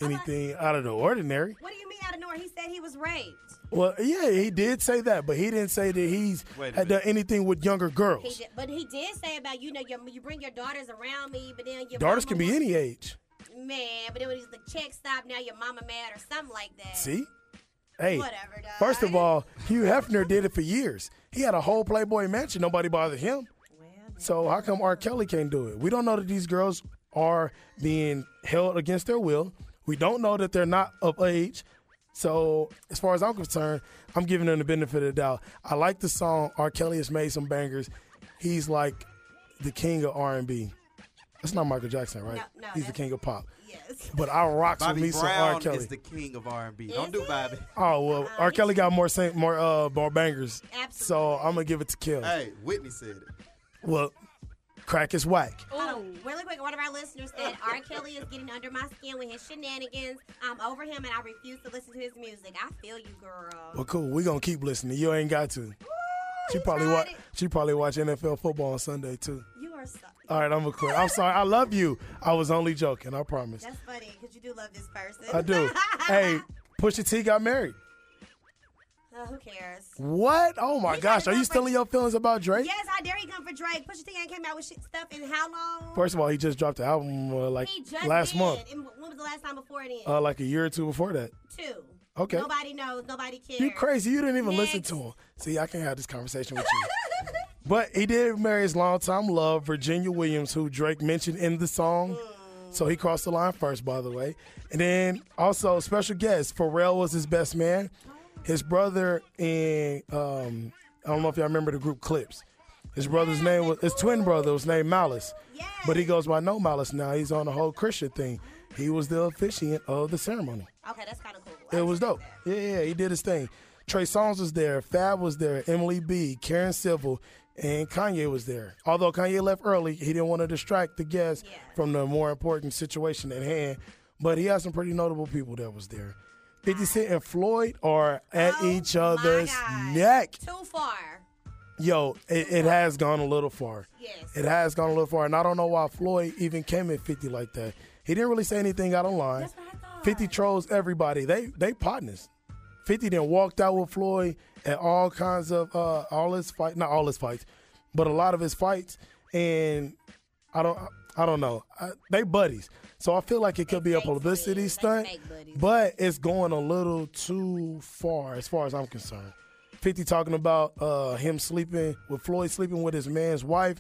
Speaker 4: anything out of the ordinary.
Speaker 1: What do you mean out of nowhere? He said he was raped.
Speaker 4: Well, yeah, he did say that, but he didn't say that he's
Speaker 2: Wait a
Speaker 4: had done
Speaker 2: minute.
Speaker 4: anything with younger girls.
Speaker 1: He did, but he did say about you know your, you bring your daughters around me, but then your
Speaker 4: Daughters
Speaker 1: mama
Speaker 4: can be
Speaker 1: was-
Speaker 4: any age.
Speaker 1: man. But it was the check stop. Now your mama mad or something like that.
Speaker 4: See? Hey,
Speaker 1: Whatever, dog.
Speaker 4: first of all, Hugh Hefner did it for years. He had a whole Playboy mansion. Nobody bothered him. So how come R. Kelly can't do it? We don't know that these girls are being held against their will. We don't know that they're not of age. So as far as I'm concerned, I'm giving them the benefit of the doubt. I like the song. R. Kelly has made some bangers. He's like the king of R&B. That's not Michael Jackson, right?
Speaker 1: No, no,
Speaker 4: He's the
Speaker 1: that's-
Speaker 4: king of pop.
Speaker 1: Yes.
Speaker 4: But I rocks
Speaker 2: Bobby
Speaker 4: with me some
Speaker 2: Brown
Speaker 4: R. Kelly.
Speaker 2: is the king of R&B. Don't do
Speaker 1: he?
Speaker 2: Bobby.
Speaker 4: Oh well,
Speaker 1: Uh-huh.
Speaker 4: R. Kelly got more sing- more uh more bangers. So
Speaker 1: Absolutely.
Speaker 4: I'm gonna give it to Kill.
Speaker 2: Hey, Whitney said it.
Speaker 4: Well, crack is whack.
Speaker 1: Hold on, really quick, one of our listeners said R. Kelly is getting under my skin with his shenanigans. I'm over him and I refuse to listen to his music. I feel you, girl.
Speaker 4: Well, cool. We gonna keep listening. You ain't got to. She
Speaker 1: he
Speaker 4: probably
Speaker 1: tried
Speaker 4: watch.
Speaker 1: it.
Speaker 4: She probably watch NFL football on Sunday too.
Speaker 1: You are so.
Speaker 4: All right, I'm gonna quit. I'm sorry. I love you. I was only joking. I promise.
Speaker 1: That's funny because you do love this person. (laughs)
Speaker 4: I do. hey, Pusha T got married.
Speaker 1: Uh, who cares?
Speaker 4: What? Oh my
Speaker 1: He got
Speaker 4: gosh. Are you
Speaker 1: enough
Speaker 4: still
Speaker 1: for-
Speaker 4: in your feelings about Drake?
Speaker 1: Yes, how dare he come for Drake? Pusha T ain't came out with shit stuff in how long?
Speaker 4: First of all, he just dropped the album uh, like
Speaker 1: he just
Speaker 4: last
Speaker 1: did.
Speaker 4: month,
Speaker 1: And when was the last time before it? Is?
Speaker 4: uh, like a year or two before that.
Speaker 1: Two.
Speaker 4: okay.
Speaker 1: Nobody knows. Nobody cares.
Speaker 4: You crazy. You didn't even listen
Speaker 1: Next.
Speaker 4: to him. See, I can have this conversation with you. but he did marry his longtime love, Virginia Williams, who Drake mentioned in the song. So he crossed the line first, by the way. And then also, special guest, Pharrell was his best man. His brother in, um, I don't know if y'all remember the group Clips. His brother's name was, his twin brother was named Malice. But he goes by No Malice now. He's on the whole Christian thing. He was the officiant of the ceremony.
Speaker 1: Okay, that's kind of cool.
Speaker 4: It was dope. Yeah, yeah, he did his thing. Trey Songz was there, Fab was there, Emily B, Karen Civil, and Kanye was there. Although Kanye left early, he didn't want to distract the guests
Speaker 1: Yeah.
Speaker 4: from the more important situation at hand. But he had some pretty notable people that was there. 50 Cent and Floyd are at
Speaker 1: Oh
Speaker 4: each
Speaker 1: my
Speaker 4: other's
Speaker 1: God.
Speaker 4: neck.
Speaker 1: Too far.
Speaker 4: Yo, it, it has gone a little far.
Speaker 1: Yes.
Speaker 4: It has gone a little far. And I don't know why Floyd even came at 50 like that. He didn't really say anything out of line.
Speaker 1: That's what I thought.
Speaker 4: 50 trolls everybody. They they partners. 50 then walked out with Floyd at all kinds of uh all his fight not all his fights, but a lot of his fights. And I don't I don't know. I, they buddies. So I feel like it could be a
Speaker 1: fake
Speaker 4: publicity
Speaker 1: buddies. They
Speaker 4: stunt.
Speaker 1: fake buddies.
Speaker 4: But it's going a little too far as far as I'm concerned. 50 talking about uh, him sleeping with Floyd sleeping with his man's wife,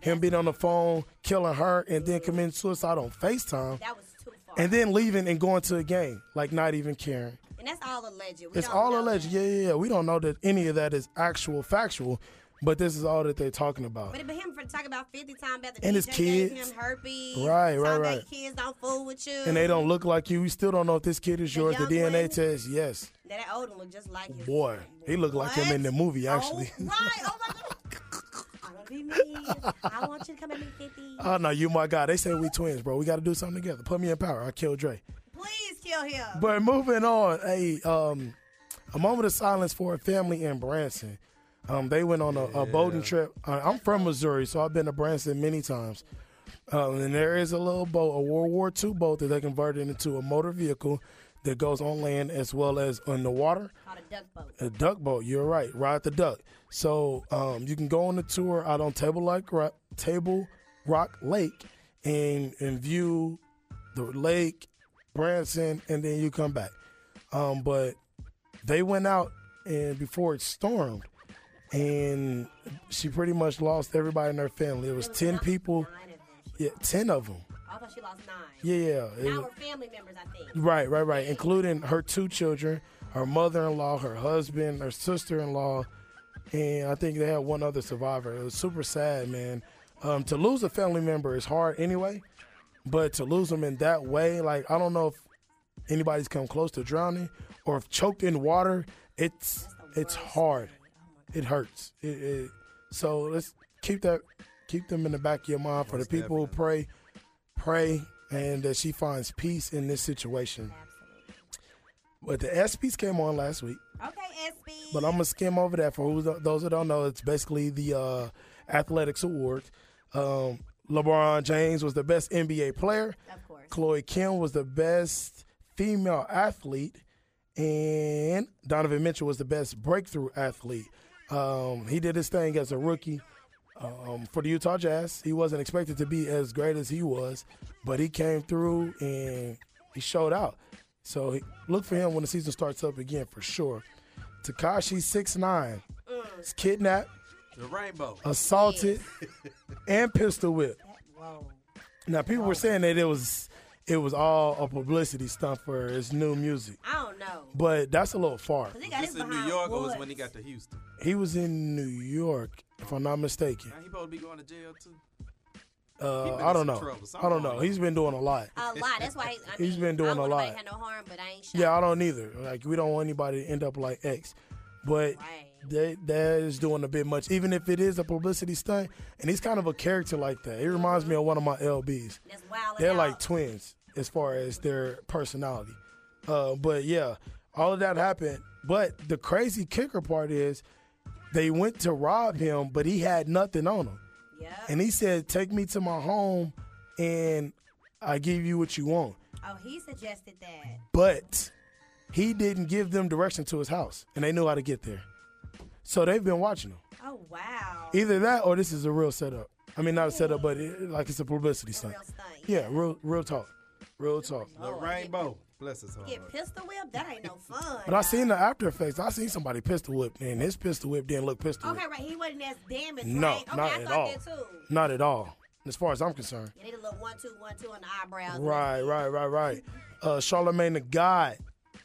Speaker 4: him being on the phone, killing her, and then committing suicide on FaceTime,
Speaker 1: That was too far.
Speaker 4: and then leaving and going to a game, like not even caring.
Speaker 1: And that's all alleged. We
Speaker 4: It's
Speaker 1: don't
Speaker 4: all
Speaker 1: know
Speaker 4: alleged.
Speaker 1: that.
Speaker 4: Yeah, yeah, yeah. We don't know that any of that is actual factual, but this is all that they're talking about.
Speaker 1: But, but him for talking about 50 times about the
Speaker 4: And
Speaker 1: DJ
Speaker 4: his
Speaker 1: gave
Speaker 4: kids.
Speaker 1: him herpes.
Speaker 4: Right, right,
Speaker 1: talking about
Speaker 4: right.
Speaker 1: kids don't fool with you.
Speaker 4: And they don't look like you. We still don't know if this kid is
Speaker 1: The
Speaker 4: yours. The
Speaker 1: young
Speaker 4: DNA
Speaker 1: one?
Speaker 4: test, yes.
Speaker 1: Now, that old one looked just like his
Speaker 4: Boy, he looked like him in the movie,
Speaker 1: Oh,
Speaker 4: actually.
Speaker 1: right. Oh, my God. I don't be mean. I want you to come at me 50.
Speaker 4: Oh no, you my guy. They say we twins, bro. We got to do something together. Put me in power. I kill Dre.
Speaker 1: Please kill him.
Speaker 4: But moving on, hey, um, a moment of silence for a family in Branson. Um, they went on a, a boating trip. Uh, I'm from Missouri, so I've been to Branson many times. Uh, Um, and there is a little boat, a World War II boat that they converted into a motor vehicle that goes on land as well as on the water.
Speaker 1: Called a duck boat.
Speaker 4: A duck boat. You're right. Ride the duck. So um, you can go on the tour out on Table Like Rock, Table Rock Lake, and and view the lake, Branson, and then you come back. Um, but they went out and before it stormed, and she pretty much lost everybody in her family. It was ten people.
Speaker 1: Nine of them.
Speaker 4: Yeah, ten of them.
Speaker 1: I thought she lost nine.
Speaker 4: Yeah, yeah. it
Speaker 1: Now
Speaker 4: was-
Speaker 1: we're family members, I think.
Speaker 4: Right, right, right. Including her two children, her mother in law, her husband, her sister in law, and I think they had one other survivor. It was super sad, man. Um, to lose a family member is hard anyway, but to lose them in that way, like, I don't know if anybody's come close to drowning or if choked in water, it's it's hard. It hurts. It, it, so let's keep that keep them in the back of your mind for the people who pray, pray, and that she finds peace in this situation.
Speaker 1: Absolutely.
Speaker 4: But the ESPYS came on last week,
Speaker 1: Okay, SB.
Speaker 4: but I'm gonna skim over that for who, those that don't know. It's basically the uh, athletics awards. Um, LeBron James was the best NBA player.
Speaker 1: of course.
Speaker 4: Chloe Kim was the best female athlete, and Donovan Mitchell was the best breakthrough athlete. Um, he did his thing as a rookie um, for the Utah Jazz. He wasn't expected to be as great as he was, but he came through and he showed out. So he, look for him when the season starts up again for sure. Takashi six nine was kidnapped,
Speaker 2: The rainbow.
Speaker 4: assaulted, and pistol whipped.
Speaker 1: Whoa.
Speaker 4: Now people were saying that it was it was all a publicity stunt for his new music,
Speaker 1: I don't know.
Speaker 4: but that's a little far.
Speaker 1: Cause he got
Speaker 2: This
Speaker 1: his
Speaker 2: in New
Speaker 1: behind
Speaker 2: York or was
Speaker 1: woods.
Speaker 2: when he got to Houston?
Speaker 4: He was in New York, if I'm not mistaken.
Speaker 2: Now he supposed to be going to jail too. He
Speaker 4: Uh,
Speaker 2: been
Speaker 4: I
Speaker 2: in
Speaker 4: don't
Speaker 2: some
Speaker 4: know.
Speaker 2: trouble.
Speaker 4: I don't know.
Speaker 2: Something.
Speaker 4: He's been doing a lot.
Speaker 1: a lot.
Speaker 2: (laughs)
Speaker 1: That's why he, I
Speaker 4: He's
Speaker 1: mean,
Speaker 4: been doing
Speaker 1: I don't
Speaker 4: a
Speaker 1: want nobody
Speaker 4: lot.
Speaker 1: to Have no harm, but I ain't
Speaker 4: Yeah,
Speaker 1: shot.
Speaker 4: I don't either. Like we don't want anybody to end up like X, but
Speaker 1: Right.
Speaker 4: that that is doing a bit much. Even if it is a publicity stunt, and he's kind of a character like that. It reminds me of one of my LBs.
Speaker 1: That's wild.
Speaker 4: They're like twins as far as their personality. Uh, but yeah, all of that happened. But the crazy kicker part is they went to rob him, but he had nothing on him.
Speaker 1: yeah.
Speaker 4: And he said, Take me to my home and I give you what you want.
Speaker 1: oh, he suggested that.
Speaker 4: But he didn't give them direction to his house and they knew how to get there. So they've been watching him.
Speaker 1: Oh wow.
Speaker 4: Either that or this is a real setup. I mean, not a setup, but it, like it's a publicity stunt.
Speaker 1: Real stunt.
Speaker 4: Yeah, real, real talk. Real talk.
Speaker 2: The rainbow. Bless his heart.
Speaker 1: Get pistol whipped? That ain't no fun.
Speaker 4: But I seen the after effects. I seen somebody pistol whipped, and his pistol whip didn't look pistol
Speaker 1: Okay,
Speaker 4: whipped.
Speaker 1: right. He wasn't as damaged.
Speaker 4: No,
Speaker 1: right? Okay,
Speaker 4: not
Speaker 1: I
Speaker 4: at
Speaker 1: thought
Speaker 4: all.
Speaker 1: that too.
Speaker 4: Not at all, as far as I'm concerned.
Speaker 1: You need a little one two one two on the eyebrows. and
Speaker 4: Right, right, right, right. Uh, Charlemagne the God,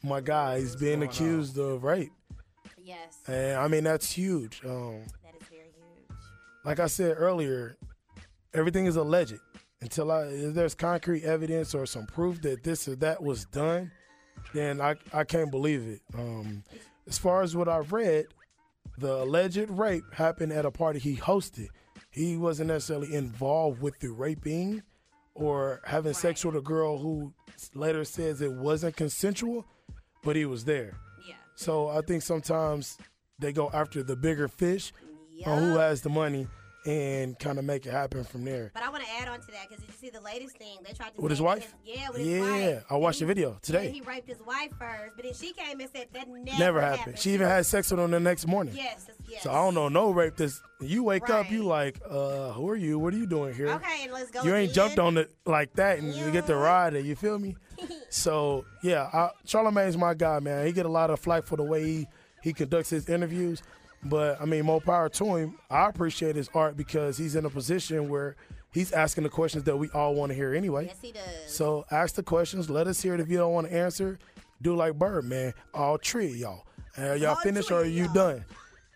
Speaker 4: my guy, he's being
Speaker 2: going on?
Speaker 4: accused of rape,
Speaker 1: that's- Yes, that
Speaker 4: and I mean that's huge. Um,
Speaker 1: is very huge.
Speaker 4: like I said earlier, everything is alleged until I, if there's concrete evidence or some proof that this or that was done. Then I I can't believe it. Um, as far as what I've read, the alleged rape happened at a party he hosted. He wasn't necessarily involved with the raping or having sex with a girl who later says it wasn't consensual, but he was there.
Speaker 1: Yeah.
Speaker 4: So I think sometimes they go after the bigger fish on who
Speaker 1: Yup.
Speaker 4: has the money and kind of make it happen from there.
Speaker 1: But I want to add on to that because did you see the latest thing? They tried to
Speaker 4: With his
Speaker 1: say that
Speaker 4: wife?
Speaker 1: yeah, with his
Speaker 4: Yeah,
Speaker 1: wife.
Speaker 4: yeah. I watched the video today.
Speaker 1: yeah, He raped his wife first, but then she came and said that never,
Speaker 4: Never happened. She even had sex with him the next morning.
Speaker 1: Yes, that's- yes.
Speaker 4: So I don't know, no rape. This you wake up, you
Speaker 1: Right.
Speaker 4: like, uh, who are you? What are you doing here?
Speaker 1: Okay, and let's go.
Speaker 4: You ain't
Speaker 1: again.
Speaker 4: jumped on it like that, and you get the
Speaker 1: Yeah.
Speaker 4: ride. You
Speaker 1: (laughs)
Speaker 4: feel me? so yeah, I, Charlemagne's my guy, man. He get a lot of flack for the way he, he conducts his interviews, but I mean, more power to him. I appreciate his art because he's in a position where he's asking the questions that we all want to hear anyway.
Speaker 1: Yes, he does.
Speaker 4: So ask the questions. Let us hear it. If you don't want to answer, do like Bird, man. All three of y'all. Uh, y'all
Speaker 1: All
Speaker 4: finished
Speaker 1: three
Speaker 4: or are
Speaker 1: of
Speaker 4: you
Speaker 1: y'all.
Speaker 4: done?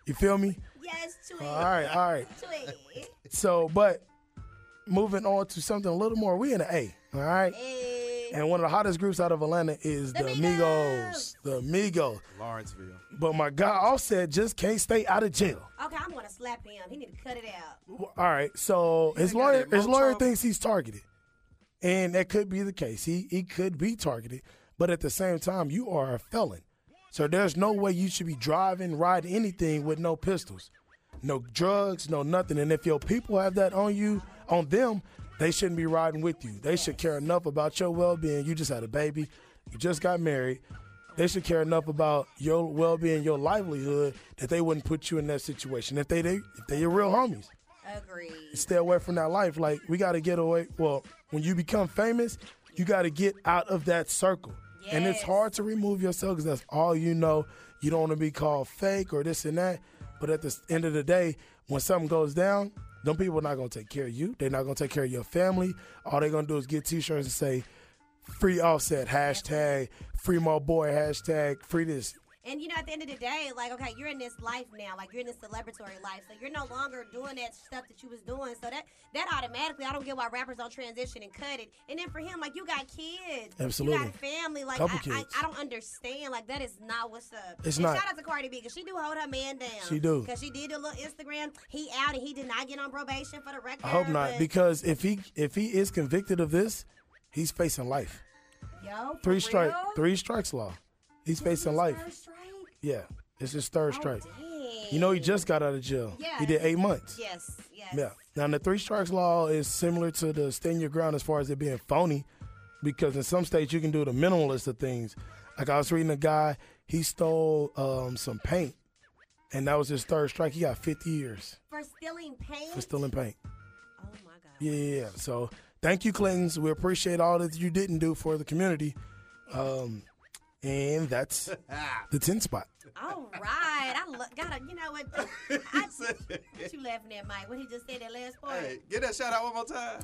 Speaker 4: You feel me?
Speaker 1: yes, twig.
Speaker 4: All right, all right.
Speaker 1: Twig.
Speaker 4: So, but moving on to something a little more. We in the A, all right.
Speaker 1: Hey.
Speaker 4: And one of the hottest groups out of Atlanta is the,
Speaker 1: The
Speaker 4: Migos.
Speaker 1: Migos.
Speaker 4: The Migos.
Speaker 2: Lawrenceville.
Speaker 4: But my guy Offset just can't stay out of jail.
Speaker 1: Okay, I'm gonna slap him. He need to cut it out.
Speaker 4: All right, so his
Speaker 2: ain't got
Speaker 4: lawyer
Speaker 2: that
Speaker 4: his
Speaker 2: Motown.
Speaker 4: lawyer thinks he's targeted, and that could be the case. He he could be targeted, but at the same time, you are a felon, so there's no way you should be driving, riding anything with no pistols, no drugs, no nothing. And if your people have that on you, on them, they shouldn't be riding with you. They should care enough about your well being. You just had a baby. You just got married. They should care enough about your well-being, your livelihood, that they wouldn't put you in that situation. If they, they if they your real homies,
Speaker 1: Agreed.
Speaker 4: stay away from that life. Like we got to get away. Well, when you become famous, you got to get out of that circle. And it's
Speaker 1: Yes.
Speaker 4: hard to remove yourself because that's all you know. You don't want to be called fake or this and that. But at the s- end of the day, when something goes down, them people are not gonna take care of you. They're not gonna take care of your family. All they're gonna do is get T-shirts and say, "Free Offset" hashtag, "Free My Boy" hashtag, "Free this."
Speaker 1: And you know, at the end of the day, like, okay, you're in this life now, like you're in this celebratory life, so you're no longer doing that stuff that you was doing. So that that automatically, I don't get why rappers don't transition and cut it. And then for him, like, you got kids, you
Speaker 4: Absolutely.
Speaker 1: got family, like, I,
Speaker 4: Couple
Speaker 1: I,
Speaker 4: kids.
Speaker 1: I don't understand. Like, that is not what's up.
Speaker 4: It's
Speaker 1: and
Speaker 4: not.
Speaker 1: Shout out to Cardi B because she do hold her man down.
Speaker 4: She do.
Speaker 1: because she did a little Instagram. He out and he did not get on probation for the record.
Speaker 4: I hope not
Speaker 1: but-
Speaker 4: because if he if he is convicted of this, he's facing life.
Speaker 1: yo, for
Speaker 4: Three strike,
Speaker 1: real?
Speaker 4: three strikes law. He's facing
Speaker 1: Third
Speaker 4: life.
Speaker 1: strike? Oh,
Speaker 4: Yeah, it's his third strike.
Speaker 1: Dang.
Speaker 4: You know, he just got out of jail.
Speaker 1: Oh, Yeah.
Speaker 4: He did eight months.
Speaker 1: Yes. Yes.
Speaker 4: Yeah. Now, the three strikes law is similar to the stand your ground as far as it being phony, because in some states you can do the minimalist of things. Like I was reading a guy, he stole um, some paint, and that was his third strike. He got 50 years
Speaker 1: For stealing paint.
Speaker 4: for stealing paint.
Speaker 1: Oh my God.
Speaker 4: Yeah, yeah, yeah. So thank you, Clintons. We appreciate all that you didn't do for the community. Um, and that's the 10 spot.
Speaker 1: All right. I lo- gotta, you
Speaker 2: (laughs)
Speaker 1: know what? I, (laughs) what you laughing at, Mike? What he just said that last part?
Speaker 2: Hey, get that shout out one more time.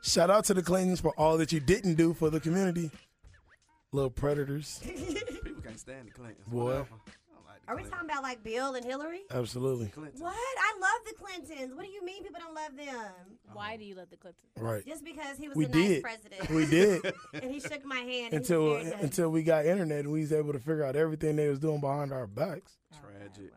Speaker 4: Shout out to the Clintons for all that you didn't do for the community. Little predators.
Speaker 2: People can't stand the Clintons.
Speaker 4: Boy.
Speaker 2: Whatever. I don't like the
Speaker 1: Are we
Speaker 2: Clintons.
Speaker 1: talking about like Bill and Hillary?
Speaker 4: Absolutely.
Speaker 2: Clintons.
Speaker 1: What? I love the Clintons. What do you mean people don't love them?
Speaker 3: Why do you love the Clintons?
Speaker 4: Right.
Speaker 1: Just because he was
Speaker 4: We
Speaker 1: a nice
Speaker 4: did.
Speaker 1: president.
Speaker 4: We did.
Speaker 1: (laughs) and he shook my hand. and he
Speaker 4: until uh,
Speaker 1: was very nice.
Speaker 4: until we got internet and we was able to figure out everything they was doing behind our backs.
Speaker 2: Tragic.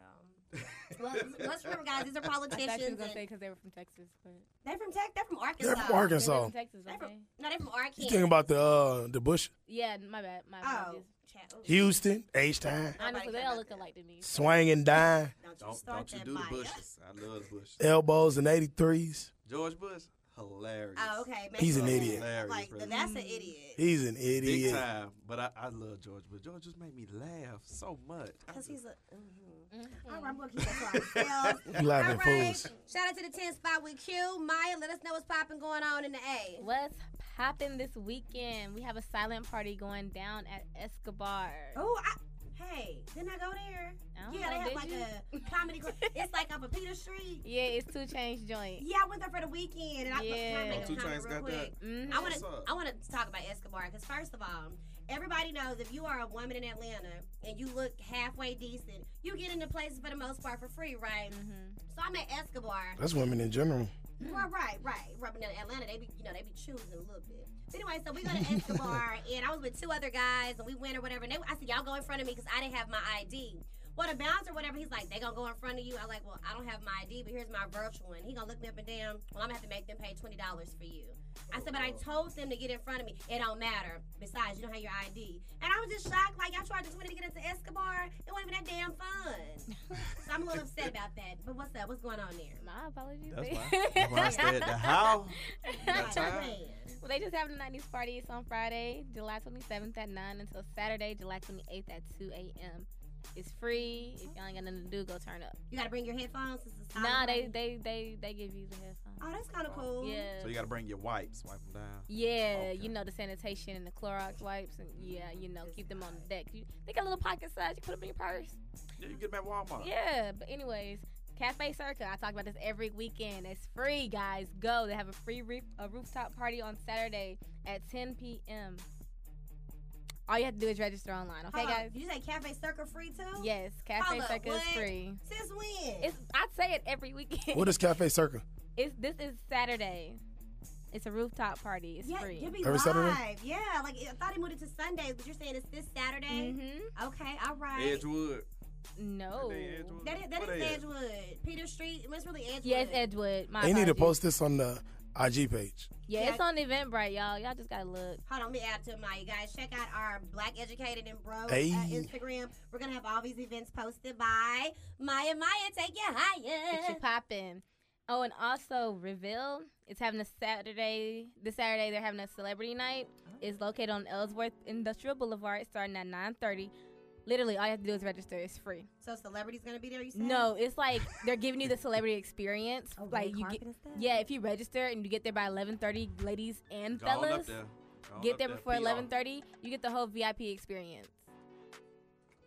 Speaker 1: Well, let's- let's remember, guys, these are
Speaker 3: (laughs) I thought you were
Speaker 1: politicians.
Speaker 3: gonna say
Speaker 1: and-
Speaker 3: because they were from Texas, but
Speaker 1: They're from Tech. They're from Arkansas.
Speaker 4: They're from
Speaker 3: they're
Speaker 4: Arkansas.
Speaker 3: from Texas,
Speaker 1: They're
Speaker 3: aren't they?
Speaker 1: from, no, they're from
Speaker 4: You
Speaker 1: Arkansas.
Speaker 4: think about the uh the Bush,
Speaker 3: Yeah, my bad. My bad.
Speaker 1: Oh, chat. ooh,
Speaker 4: Houston, H Town,
Speaker 3: Honestly, they
Speaker 1: care
Speaker 3: all
Speaker 1: about
Speaker 3: look
Speaker 1: that.
Speaker 3: alike to me.
Speaker 4: Swang and Dime,
Speaker 1: Don't you
Speaker 2: Don't,
Speaker 1: start
Speaker 2: don't you
Speaker 1: that,
Speaker 2: do the
Speaker 1: Mike.
Speaker 2: Bushes. I love the Bushes.
Speaker 4: Elbows and 83s.
Speaker 2: George Bush, hilarious.
Speaker 1: Oh, okay. make
Speaker 4: He's an
Speaker 1: sure.
Speaker 4: idiot.
Speaker 2: Hilarious,
Speaker 1: Like,
Speaker 2: bro.
Speaker 1: that's an idiot.
Speaker 4: He's an
Speaker 2: Big
Speaker 4: idiot.
Speaker 2: time. But I, I love George Bush. George just made me laugh so much. I
Speaker 1: Because he's
Speaker 2: just-
Speaker 1: a. mhm. All right,
Speaker 3: Mm-hmm.
Speaker 1: I'm going to keep that to
Speaker 2: (laughs)
Speaker 1: ourselves.
Speaker 4: You laughing
Speaker 1: All right.
Speaker 4: fools.
Speaker 1: Shout out to the 10 spot with Q. Maya, let us know what's popping going on in the A.
Speaker 3: What's popping this weekend? We have a silent party going down at Escobar.
Speaker 1: Oh, I, hey, didn't I go there?
Speaker 3: I don't
Speaker 1: yeah,
Speaker 3: know,
Speaker 1: they have
Speaker 3: did
Speaker 1: like
Speaker 3: you?
Speaker 1: a comedy.
Speaker 3: (laughs)
Speaker 1: club. it's like up a Peter Street.
Speaker 3: Yeah, it's two change joint.
Speaker 1: Yeah, I went there for the weekend, and I
Speaker 3: Yeah.
Speaker 1: can I make
Speaker 2: Oh, Two
Speaker 1: a comment
Speaker 2: Chainz
Speaker 1: real
Speaker 2: got
Speaker 1: quick.
Speaker 2: that?
Speaker 3: Mhm.
Speaker 1: I want
Speaker 2: What's
Speaker 1: to
Speaker 2: up?
Speaker 1: I want to talk about Escobar because first of all, everybody knows if you are a woman in Atlanta and you look halfway decent, you get into places for the most part for free, right?
Speaker 3: Mm-hmm.
Speaker 1: So I'm at Escobar.
Speaker 4: That's women in general.
Speaker 1: Well, right, right. Rubbing in Atlanta, they be, you know, they be choosing a little bit. But anyway, so we go to Escobar, and I was with two other guys, and we went or whatever. And they, I said, y'all go in front of me because I didn't have my ID. Well, the bouncer, or whatever, he's like, they gonna go in front of you. I'm like, well, I don't have my ID, but here's my virtual one. He gonna look me up and down. Well, I'm gonna have to make them pay twenty dollars for you. I said, but I told them to get in front of me. It don't matter. Besides, you don't have your ID. And I was just shocked, like y'all tried to twenty to get into Escobar. It wasn't even that damn fun. so I'm a little upset about that. But what's up? What's going on there?
Speaker 3: My apologies. (laughs)
Speaker 2: That's
Speaker 3: They-
Speaker 2: why. When I stay at the
Speaker 1: (laughs)
Speaker 2: house,
Speaker 1: Like,
Speaker 2: time.
Speaker 1: man.
Speaker 3: Well, they just having a 90s party. It's on Friday, July 27th at 9 until Saturday, July 28th at 2 a.m. It's free. If y'all ain't got nothing to do, go turn up.
Speaker 1: You gotta bring your headphones. This is solid
Speaker 3: Nah, they,
Speaker 1: money.
Speaker 3: they they they give you the headphones.
Speaker 1: Oh, that's kind of cool.
Speaker 3: Yeah.
Speaker 2: so you got to bring your wipes, wipe them down.
Speaker 3: yeah,
Speaker 2: Okay.
Speaker 3: you know the sanitation and the Clorox wipes, and yeah, you know keep them on the deck. You, they got little pocket size. You put them in your purse.
Speaker 2: Yeah, you get them at Walmart.
Speaker 3: Yeah, but anyways, Cafe Circa. I talk about this every weekend. It's free, guys. Go. They have a free roof, a rooftop party on Saturday at 10 p.m. All you have to do is register online. Okay,
Speaker 1: Hold on,
Speaker 3: guys.
Speaker 1: Did you say Cafe Circa free too?
Speaker 3: Yes, Cafe
Speaker 1: Hold up,
Speaker 3: Circa is
Speaker 1: what?
Speaker 3: free.
Speaker 1: Since when?
Speaker 3: It's I say it every weekend.
Speaker 4: What is Cafe Circa?
Speaker 3: It's this is Saturday. It's a rooftop party. It's
Speaker 1: yeah,
Speaker 3: free.
Speaker 1: you be
Speaker 4: Every
Speaker 1: live.
Speaker 4: Saturday?
Speaker 1: Yeah, like I thought he moved it to Sundays, but you're saying it's this Saturday.
Speaker 3: hmm
Speaker 1: Okay, all right. Oh,
Speaker 2: Edgewood.
Speaker 3: No.
Speaker 2: That is Edgewood.
Speaker 1: That is, that is
Speaker 2: What that is?
Speaker 1: Edgewood, Peter Street. It's really Edgewood.
Speaker 3: Yes, Edgewood. My
Speaker 4: They need to
Speaker 3: apologies.
Speaker 4: post this on the IG page.
Speaker 3: Yeah,
Speaker 1: Yeah.
Speaker 3: it's on Eventbrite, y'all. Y'all just gotta look.
Speaker 1: Hold on, let me add to my you guys. Check out our Black Educated and Bro uh,
Speaker 4: Hey.
Speaker 1: Instagram. We're gonna (laughs) have all these events posted by Maya. Maya, take you higher.
Speaker 3: Get you popping. Oh, and also Reveal is having a Saturday. This Saturday they're having a celebrity night.
Speaker 1: Oh.
Speaker 3: It's located on Ellsworth Industrial Boulevard, starting at 9:30. Literally, all you have to do is register. It's free.
Speaker 1: So celebrities gonna be there? You said
Speaker 3: No, it's like they're giving you the
Speaker 1: (laughs)
Speaker 3: celebrity experience.
Speaker 1: Oh,
Speaker 3: like
Speaker 1: red
Speaker 3: you
Speaker 1: carpet
Speaker 3: get,
Speaker 1: and stuff?
Speaker 3: yeah, if you register and you get there by 11:30, ladies and
Speaker 2: Go on
Speaker 3: fellas,
Speaker 2: up there. Go on
Speaker 3: get
Speaker 2: up
Speaker 3: there before
Speaker 2: Be all-
Speaker 3: 11:30. You get the whole VIP experience.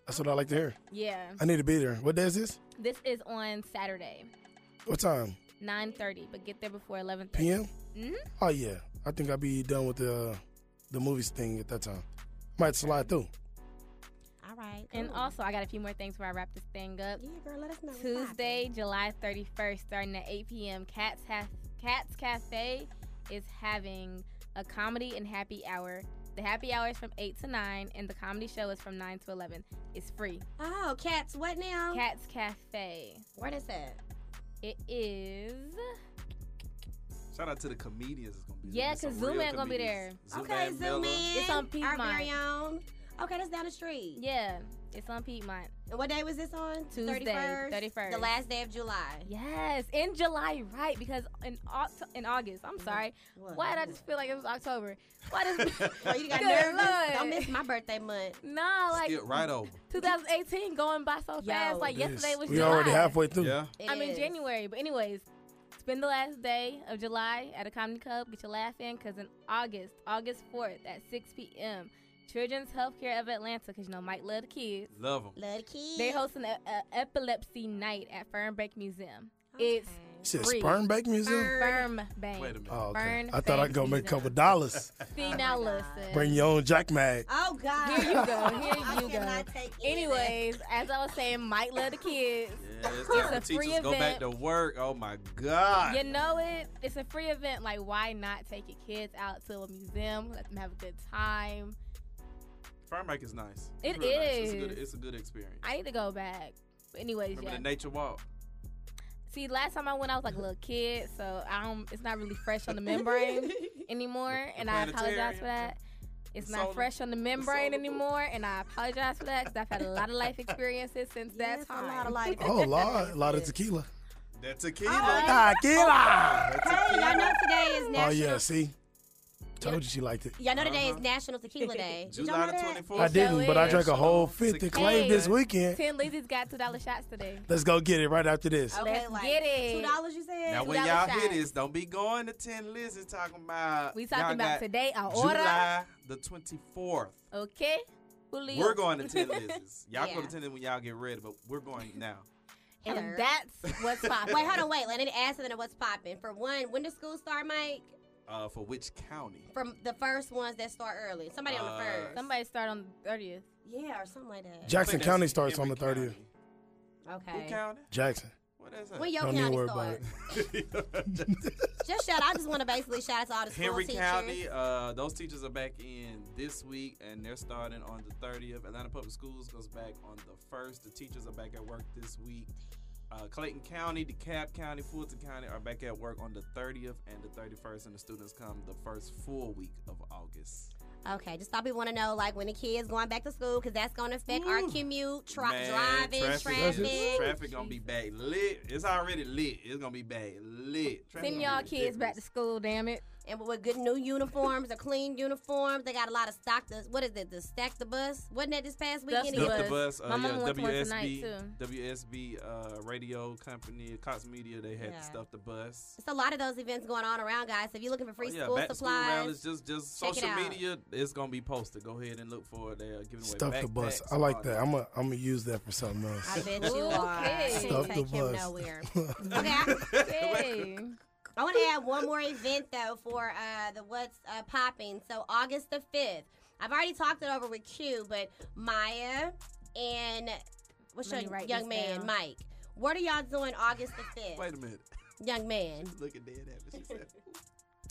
Speaker 4: That's what I like to hear.
Speaker 3: Yeah,
Speaker 4: I need to be there. What day is this?
Speaker 3: this is on Saturday,
Speaker 4: What time?
Speaker 3: 9:30. But get there before 11:30.
Speaker 4: PM?
Speaker 3: Mhm.
Speaker 4: Oh yeah. I think I'll be done with the the movies thing at that time. Might slide through.
Speaker 1: All right.
Speaker 3: And
Speaker 1: cool.
Speaker 3: also, I got a few more things before I wrap this thing up.
Speaker 1: yeah, girl, let us know. what's
Speaker 3: Tuesday, July 31st, starting at 8 p.m., Cats, Haf- Cats Cafe is having a comedy and happy hour. The happy hour is from 8 to 9, and the comedy show is from 9 to 11. It's free.
Speaker 1: poppin'. Oh, cats. What now?
Speaker 3: Cats Cafe.
Speaker 1: Where is that?
Speaker 3: It is.
Speaker 2: Shout out to the comedians. It's gonna be
Speaker 3: Yeah,
Speaker 2: there's some
Speaker 3: 'cause Zoom
Speaker 2: real
Speaker 3: Man gonna be
Speaker 2: comedians. Zoom
Speaker 1: okay, zoom
Speaker 2: Man Miller.
Speaker 1: in.
Speaker 3: It's on Piedmont.
Speaker 1: Our very own. Okay, that's down the street.
Speaker 3: Yeah, it's on Piedmont.
Speaker 1: And what day was this on?
Speaker 3: Tuesday, 31st.
Speaker 1: The last day of (laughs) July.
Speaker 3: Yes, in July, right? Because in Oct- in August, I'm sorry.
Speaker 1: What?
Speaker 3: Why did I just feel like it was October? Why
Speaker 1: (laughs)
Speaker 3: does.
Speaker 1: Well, you got
Speaker 3: (laughs) Good
Speaker 1: nervous.
Speaker 3: Lord.
Speaker 1: Don't miss my birthday month.
Speaker 3: Nah, like
Speaker 2: Skip right over.
Speaker 3: 2018 going by so
Speaker 1: Yo.
Speaker 3: fast. Like
Speaker 4: It
Speaker 3: yesterday
Speaker 4: is.
Speaker 3: was
Speaker 4: we
Speaker 3: July.
Speaker 4: already halfway through.
Speaker 2: Yeah.
Speaker 1: It
Speaker 3: I'm in
Speaker 1: is.
Speaker 3: January, but anyways, spend the last day of July at a comedy club. Get your laugh in, cause in August, August 4th at 6 p.m., Children's Healthcare of Atlanta, cause you know Mike love the kids.
Speaker 2: Love them.
Speaker 1: Love the kids.
Speaker 3: They hosting a, a epilepsy night at Fernbank Museum. It's
Speaker 4: You said
Speaker 3: free.
Speaker 4: sperm bank museum?
Speaker 3: Fernbank.
Speaker 2: Wait a minute.
Speaker 4: Oh, okay.
Speaker 3: Burn
Speaker 4: I thought I
Speaker 3: bank
Speaker 4: could go make a
Speaker 3: museum. (laughs)
Speaker 4: couple dollars.
Speaker 3: See now, listen.
Speaker 4: Bring your own jack mag.
Speaker 1: Oh God.
Speaker 3: Here you go. Here
Speaker 1: (laughs) I
Speaker 3: you
Speaker 1: cannot
Speaker 3: go.
Speaker 1: take any of that.
Speaker 3: Anyways, as I was saying, Mike love the kids.
Speaker 2: Yeah, it's time
Speaker 3: (laughs) It's a
Speaker 2: for teachers
Speaker 3: free
Speaker 2: go back
Speaker 3: event.
Speaker 2: to work. Oh my God.
Speaker 3: You know it. It's a free event. Like, why not take your kids out to a museum? Let them have a good time.
Speaker 2: Farmbike is nice.
Speaker 3: It
Speaker 2: Real nice. It's a
Speaker 3: is.
Speaker 2: good, it's a good experience.
Speaker 3: I need to go back. But anyways,
Speaker 2: Remember
Speaker 3: yeah.
Speaker 2: the nature walk?
Speaker 3: See, last time I went, I was like a little kid, so I don't. It's not really fresh on
Speaker 2: (laughs)
Speaker 3: the membrane anymore,
Speaker 2: The
Speaker 3: and I apologize
Speaker 2: planetarium.
Speaker 3: for that. It's
Speaker 2: The
Speaker 3: not
Speaker 2: solar-
Speaker 3: fresh on the
Speaker 2: solar
Speaker 3: membrane
Speaker 2: booth.
Speaker 3: anymore, and I apologize for that because I've had a lot of life experiences since
Speaker 1: Yes,
Speaker 3: that time.
Speaker 1: a lot of life.
Speaker 4: Oh Lord, a lot of tequila.
Speaker 2: That tequila.
Speaker 3: Oh,
Speaker 4: Tequila.
Speaker 2: That
Speaker 1: Hey,
Speaker 2: tequila.
Speaker 1: y'all know today is national.
Speaker 4: Oh yeah, see? Told you she liked it.
Speaker 1: Y'all know today is
Speaker 2: Uh-huh.
Speaker 1: National (laughs) Tequila Day. Did y'all
Speaker 2: July
Speaker 1: know
Speaker 2: the
Speaker 1: that?
Speaker 2: 24th.
Speaker 4: I didn't, but I drank a whole
Speaker 2: National
Speaker 4: 50
Speaker 2: Tequila
Speaker 4: clave this
Speaker 2: Day.
Speaker 3: (laughs)
Speaker 4: weekend.
Speaker 3: Ten ladies got two dollar shots today.
Speaker 4: Let's go get it right after this.
Speaker 1: Okay,
Speaker 3: Let's
Speaker 1: like
Speaker 3: get it.
Speaker 1: Two dollars, you said.
Speaker 2: Now,
Speaker 3: Two
Speaker 2: when
Speaker 3: dollar
Speaker 2: y'all hear
Speaker 3: shots.
Speaker 2: this, don't be going to 10 Lizzie talking about.
Speaker 3: We
Speaker 2: y'all
Speaker 3: talking
Speaker 2: got
Speaker 3: about today. Our order.
Speaker 2: July the 24th.
Speaker 3: Okay. Julio.
Speaker 2: We're going to 10
Speaker 3: (laughs)
Speaker 2: Lizzie's. Y'all
Speaker 1: Yeah.
Speaker 2: go to 10 Lizzie's when y'all get ready, but we're going now.
Speaker 1: Hello.
Speaker 3: And that's what's popping.
Speaker 1: Wait, hold on, wait. Let me ask something. What's popping? For one, when does school start, Mike?
Speaker 2: Uh, for which county?
Speaker 1: From the first ones that start early. Somebody on
Speaker 2: Uh,
Speaker 1: the first.
Speaker 3: Somebody start on the 30th.
Speaker 1: Yeah, or something like that.
Speaker 2: I
Speaker 4: Jackson
Speaker 2: think that's
Speaker 4: County starts on
Speaker 2: every
Speaker 4: the 30th.
Speaker 2: county. Who
Speaker 1: Okay.
Speaker 2: county?
Speaker 4: Jackson.
Speaker 2: What is
Speaker 1: When
Speaker 2: that?
Speaker 1: your
Speaker 4: Don't need to
Speaker 1: county
Speaker 4: worry
Speaker 1: start?
Speaker 4: about it.
Speaker 2: (laughs)
Speaker 1: Just shout. I just want to basically shout out to all the school
Speaker 2: Henry
Speaker 1: teachers.
Speaker 2: County, uh, those teachers are back in this week and they're starting on the 30th. Atlanta Public Schools goes back on the 1st. The teachers are back at work this week. Uh, Clayton County, DeKalb County, Fulton County are back at work on the 30th and the 31st, and the students come the first full week of August.
Speaker 1: Okay, just thought we want to know like when the kids going back to school because that's going to affect our
Speaker 2: Ooh.
Speaker 1: commute, tra-
Speaker 2: Man,
Speaker 1: driving, traffic.
Speaker 2: Traffic, is- traffic gonna be back lit. It's already lit. It's gonna be back lit. Traffic
Speaker 3: Send
Speaker 2: gonna
Speaker 3: y'all
Speaker 2: be
Speaker 3: kids back to
Speaker 2: ridiculous.
Speaker 3: school,
Speaker 2: (laughs)
Speaker 3: damn it.
Speaker 1: and with good new uniforms, the clean uniforms. They got a lot of stock. The, what is it? The stack the bus. Wasn't that this past
Speaker 3: Stuff
Speaker 1: weekend?
Speaker 3: the
Speaker 2: Duck
Speaker 1: again?
Speaker 2: the
Speaker 3: bus.
Speaker 2: bus. Uh,
Speaker 3: My mama
Speaker 2: yeah,
Speaker 3: went to one tonight,
Speaker 2: WSB, WSB uh, radio company, Cox Media. They had
Speaker 1: Yeah.
Speaker 2: to stuff the bus.
Speaker 1: It's a lot of those events going on around, guys. So if you're looking for free
Speaker 2: Oh, yeah,
Speaker 1: school
Speaker 2: back to
Speaker 1: supplies,
Speaker 2: school rallies. Just, just
Speaker 1: Check it
Speaker 2: social
Speaker 1: out.
Speaker 2: media. It's gonna be posted. Go ahead and look for it. They're giving away
Speaker 4: Stuff the bus.
Speaker 2: backpacks,
Speaker 4: I like
Speaker 2: all
Speaker 4: that. I'm gonna I'm gonna use that for something
Speaker 1: I
Speaker 4: else.
Speaker 1: bet you are.
Speaker 3: Okay.
Speaker 1: Can't
Speaker 4: Stuff
Speaker 1: take
Speaker 4: the
Speaker 1: him
Speaker 4: bus.
Speaker 1: nowhere. okay, I,
Speaker 3: Hey.
Speaker 1: I want to add one more event though for uh, the what's uh, popping. So August the fifth. I've already talked it over with Q, but Maya and what's
Speaker 3: Let me
Speaker 1: your
Speaker 3: write
Speaker 1: young
Speaker 3: this
Speaker 1: man,
Speaker 3: down.
Speaker 1: Mike? What are y'all doing August
Speaker 2: (sighs)
Speaker 1: the fifth,
Speaker 2: Wait a minute.
Speaker 1: young man?
Speaker 2: Look at that.
Speaker 3: (laughs)
Speaker 2: She said,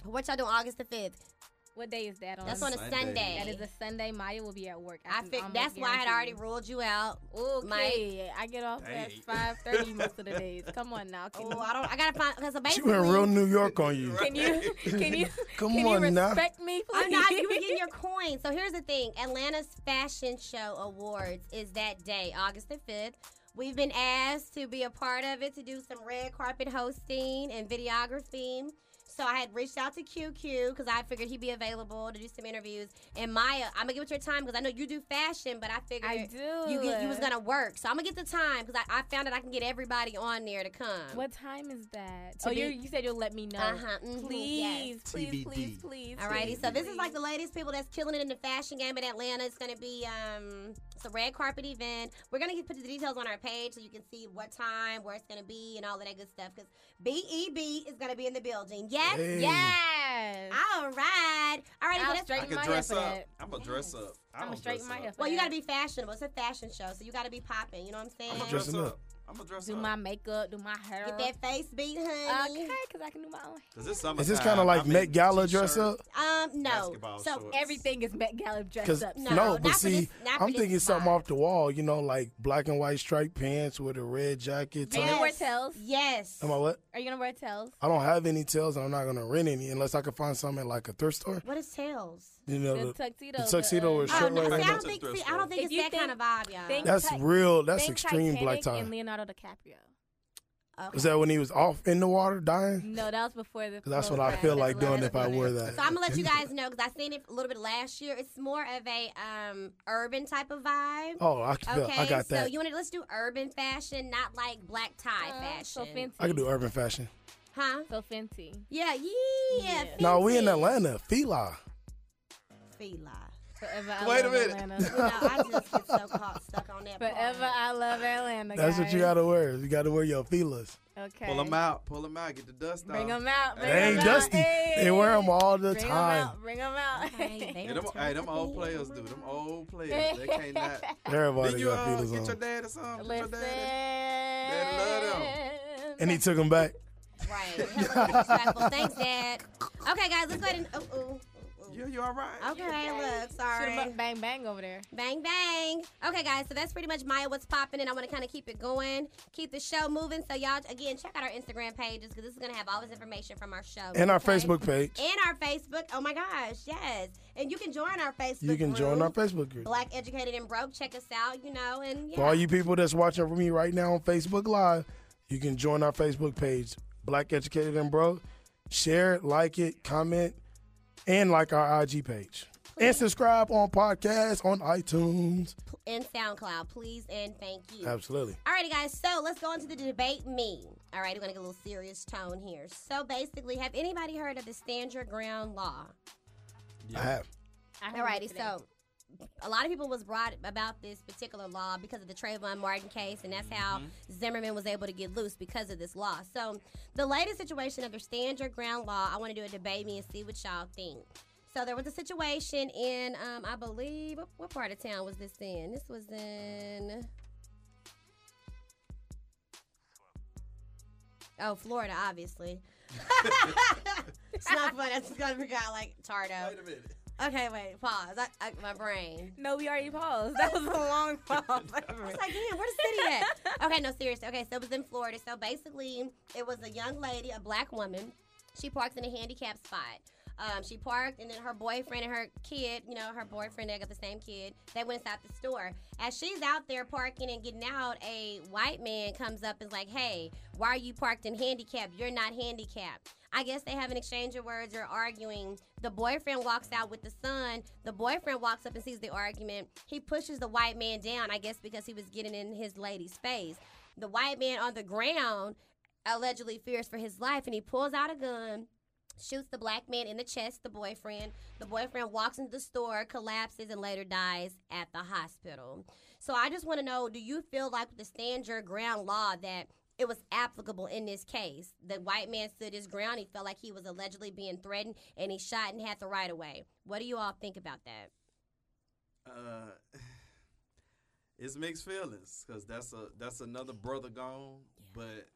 Speaker 1: What y'all doing August the fifth?
Speaker 3: What day is that on?
Speaker 1: That's on a
Speaker 2: Sunday.
Speaker 1: Sunday.
Speaker 3: That is a Sunday. Maya will be at work.
Speaker 1: I
Speaker 3: can
Speaker 1: think
Speaker 3: almost
Speaker 1: that's why I had already
Speaker 3: guarantee
Speaker 1: ruled you out.
Speaker 3: you. Okay, I get off
Speaker 2: Dang.
Speaker 3: at five thirty
Speaker 2: (laughs)
Speaker 3: most of the days. Come on now, can,
Speaker 1: Oh, I don't. I gotta find because
Speaker 4: (laughs) She
Speaker 1: basically
Speaker 4: went real New York on you.
Speaker 3: can you
Speaker 2: (laughs)
Speaker 3: can you
Speaker 4: Come
Speaker 3: can you
Speaker 4: on now.
Speaker 3: respect me, please?
Speaker 1: I'm not you were
Speaker 3: (laughs)
Speaker 1: getting your coin. So here's the thing: Atlanta's Fashion Show Awards is that day, August the fifth. We've been asked to be a part of it to do some red carpet hosting and videography. So I had reached out to QQ because I figured he'd be available to do some interviews. And Maya, I'm gonna give it your time because I know you do fashion, but I figured
Speaker 3: I do.
Speaker 1: you get, you was gonna work. So I'm gonna get the time because I, I found out I can get everybody on there to come.
Speaker 3: What time is that?
Speaker 1: To
Speaker 3: oh, you
Speaker 1: be-
Speaker 3: you said you'll let me know.
Speaker 1: Uh-huh, mhm,
Speaker 3: mm-hmm, Please,
Speaker 1: yes.
Speaker 3: please, please,
Speaker 2: TBD.
Speaker 3: please.
Speaker 1: Alrighty,
Speaker 3: please,
Speaker 1: so this is like
Speaker 3: please.
Speaker 1: the latest people that's killing it in the fashion game in Atlanta. It's gonna be um, it's a red carpet event. We're gonna get put the details on our page so you can see what time, where it's gonna be, and all of that good stuff. Cause BEB is gonna be in the building. Yes,
Speaker 4: Hey.
Speaker 1: yes.
Speaker 3: Yes.
Speaker 1: All right, all right.
Speaker 3: I'll
Speaker 1: So that's
Speaker 3: straighten
Speaker 2: I could
Speaker 3: my
Speaker 2: dress
Speaker 3: hair for
Speaker 2: up.
Speaker 3: that.
Speaker 2: I'm gonna dress up. I
Speaker 3: I'ma
Speaker 2: don't
Speaker 3: straighten
Speaker 2: dress
Speaker 3: my
Speaker 2: up.
Speaker 3: hair for
Speaker 1: well, you
Speaker 3: that.
Speaker 1: gotta be fashionable. It's a fashion show, so you gotta be popping. You know what I'm saying?
Speaker 2: I'm gonna
Speaker 4: Dressing
Speaker 2: dress
Speaker 4: up.
Speaker 2: up. I'm gonna dress
Speaker 3: do
Speaker 2: up.
Speaker 3: my makeup, do my hair.
Speaker 1: Get that face beat, honey.
Speaker 3: Okay, because I can do my own.
Speaker 2: Cause it's summertime.
Speaker 4: Is this kind of like
Speaker 2: I'm in
Speaker 4: Met Gala dress
Speaker 2: t-shirt.
Speaker 4: up?
Speaker 1: Um, no.
Speaker 2: Basketball
Speaker 1: So
Speaker 2: shorts.
Speaker 3: Everything is Met Gala dressed
Speaker 4: Cause
Speaker 3: up.
Speaker 1: No,
Speaker 4: no,
Speaker 1: not
Speaker 4: but
Speaker 1: for
Speaker 4: see,
Speaker 1: this- not for
Speaker 4: I'm
Speaker 1: this
Speaker 4: thinking something
Speaker 1: vibe.
Speaker 4: off the wall. You know, like black and white striped pants with a red jacket.
Speaker 3: Are you
Speaker 4: Type.
Speaker 3: gonna wear tails?
Speaker 1: Yes.
Speaker 4: Am I what?
Speaker 3: Are you gonna wear tails?
Speaker 4: I don't have any tails, and I'm not gonna rent any unless I can find something at like a thrift store.
Speaker 1: What is tails?
Speaker 4: You know,
Speaker 3: The
Speaker 4: the-
Speaker 3: tuxedo.
Speaker 4: the tuxedo
Speaker 3: uh,
Speaker 4: is
Speaker 3: uh,
Speaker 1: Oh
Speaker 4: Sure,
Speaker 1: no!
Speaker 4: like-
Speaker 1: See, I
Speaker 2: Go
Speaker 1: don't
Speaker 2: to the
Speaker 1: think.
Speaker 2: thrift
Speaker 1: See, I don't
Speaker 2: store.
Speaker 1: think
Speaker 3: If
Speaker 1: it's
Speaker 3: you
Speaker 1: that
Speaker 3: think-
Speaker 1: kind of vibe, y'all.
Speaker 3: think-
Speaker 4: that's
Speaker 3: Ti-
Speaker 4: real. That's
Speaker 3: think
Speaker 4: extreme black
Speaker 3: Titanic
Speaker 4: tie.
Speaker 3: And Leonardo DiCaprio.
Speaker 1: Okay.
Speaker 4: Was that when he was off in the water dying?
Speaker 3: No, that was before the.
Speaker 4: (laughs) 'Cause that's what
Speaker 3: clothes
Speaker 4: I feel
Speaker 3: drive.
Speaker 4: like
Speaker 1: That's
Speaker 4: doing
Speaker 1: what
Speaker 4: if I
Speaker 1: happened.
Speaker 4: wore that.
Speaker 1: So I'm gonna let you guys know because I seen it a little bit last year. It's more of a um urban type of vibe.
Speaker 4: (laughs) Oh, I can feel.
Speaker 1: Okay,
Speaker 4: I got
Speaker 1: so
Speaker 4: that.
Speaker 1: you want to let's do urban fashion, not like black tie
Speaker 3: Uh,
Speaker 1: fashion,
Speaker 3: So fancy.
Speaker 4: I can do urban fashion.
Speaker 1: huh?
Speaker 3: So fancy.
Speaker 1: Yeah, yeah.
Speaker 3: Yeah.
Speaker 4: No, we in
Speaker 1: fancy.
Speaker 4: Atlanta. Fila.
Speaker 1: Fila.
Speaker 3: Forever I
Speaker 2: Wait a
Speaker 3: love
Speaker 2: minute.
Speaker 1: You
Speaker 4: (laughs)
Speaker 1: know,
Speaker 3: Atlanta.
Speaker 1: I just get so caught stuck on that.
Speaker 3: Forever
Speaker 1: part.
Speaker 3: I love Atlanta.
Speaker 4: That's what you
Speaker 3: guys.
Speaker 4: gotta wear. You gotta wear your filas.
Speaker 3: Okay.
Speaker 2: Pull them out. Pull them out. Get the dust
Speaker 3: Bring
Speaker 2: off.
Speaker 3: them out. Bring
Speaker 4: They ain't
Speaker 3: 'em
Speaker 4: dusty.
Speaker 3: Out. Hey.
Speaker 4: They wear them all the
Speaker 3: Bring 'em
Speaker 4: time.
Speaker 3: out. Bring them out. (laughs)
Speaker 1: Okay, they
Speaker 2: Yeah, them,
Speaker 1: don't turn
Speaker 2: hey, them
Speaker 1: to
Speaker 2: old
Speaker 1: me.
Speaker 2: players do. Them old players. They can't not. Did
Speaker 4: Everybody
Speaker 2: you
Speaker 4: got
Speaker 2: uh,
Speaker 4: filas
Speaker 2: get your
Speaker 4: on.
Speaker 2: dad or something? Get your
Speaker 3: Listen.
Speaker 2: dad.
Speaker 4: And he took them back.
Speaker 1: Right. Hella disrespectful. Thanks, Dad. Okay, guys, let's go ahead and. ooh, ooh, ooh, ooh.
Speaker 2: Yeah, you all right?
Speaker 1: Okay, look,
Speaker 3: Shoot 'em
Speaker 1: sorry.
Speaker 3: up, bang bang over there.
Speaker 1: Bang bang. Okay, guys, so that's pretty much Maya what's popping, and I want to kind of keep it going, keep the show moving. So y'all again check out our Instagram pages because this is gonna have all this information from our show
Speaker 4: And our
Speaker 1: okay?
Speaker 4: Facebook page.
Speaker 1: and our Facebook. Oh my gosh, yes! And you can join our Facebook.
Speaker 4: You can join
Speaker 1: group,
Speaker 4: our Facebook group.
Speaker 1: Black Educated and Broke. Check us out, you know, and yeah.
Speaker 4: For all you people that's watching from me right now on Facebook Live, you can join our Facebook page, Black Educated and Bro. Share, it, like it, comment, and like our IG page. And subscribe on podcasts on iTunes.
Speaker 1: and SoundCloud, please and thank you.
Speaker 4: Absolutely.
Speaker 1: Alrighty, guys. So let's go on to the debate me. All right, we're gonna get a little serious tone here. So basically, have anybody heard of the Stand Your Ground Law?
Speaker 4: I have.
Speaker 3: I heard it
Speaker 1: Alrighty,
Speaker 3: today.
Speaker 1: so a lot of people was brought about this particular law because of the Trayvon Martin case, and that's how Zimmerman was able to get loose because of this law. So the latest situation of the Stand Your Ground law, I want to do a debate me and see what y'all think. So there was a situation in, um, I believe, what, what part of town was this in? This was in. Oh, Florida, obviously. (laughs) it's not fun. I just gonna figure out like Tardo.
Speaker 2: Wait a minute.
Speaker 1: Okay, wait, pause. I, I, my brain.
Speaker 3: No, we already (laughs) paused. (laughs) That was a long pause.
Speaker 1: (laughs) I was like, damn, where's the city at? okay, no, seriously. Okay, so it was in Florida. So basically, it was a young lady, a black woman. She parked in a handicapped spot. Um, she parked, and then her boyfriend and her kid, you know, her boyfriend, they got the same kid, they went inside the store. As she's out there parking and getting out, a white man comes up and is like, hey, why are you parked in handicapped? You're not handicapped. I guess they have an exchange of words or arguing. The boyfriend walks out with the son. The boyfriend walks up and sees the argument. He pushes the white man down, I guess because he was getting in his lady's face. The white man on the ground allegedly fears for his life and he pulls out a gun. Shoots the black man in the chest, the boyfriend. The boyfriend walks into the store, collapses, and later dies at the hospital. So I just want to know do you feel like with the stand your ground law that it was applicable in this case? The white man stood his ground. He felt like he was allegedly being threatened and he shot and had the right of way. What do you all think about that?
Speaker 2: Uh, (sighs) it's mixed feelings because that's a that's another brother gone. But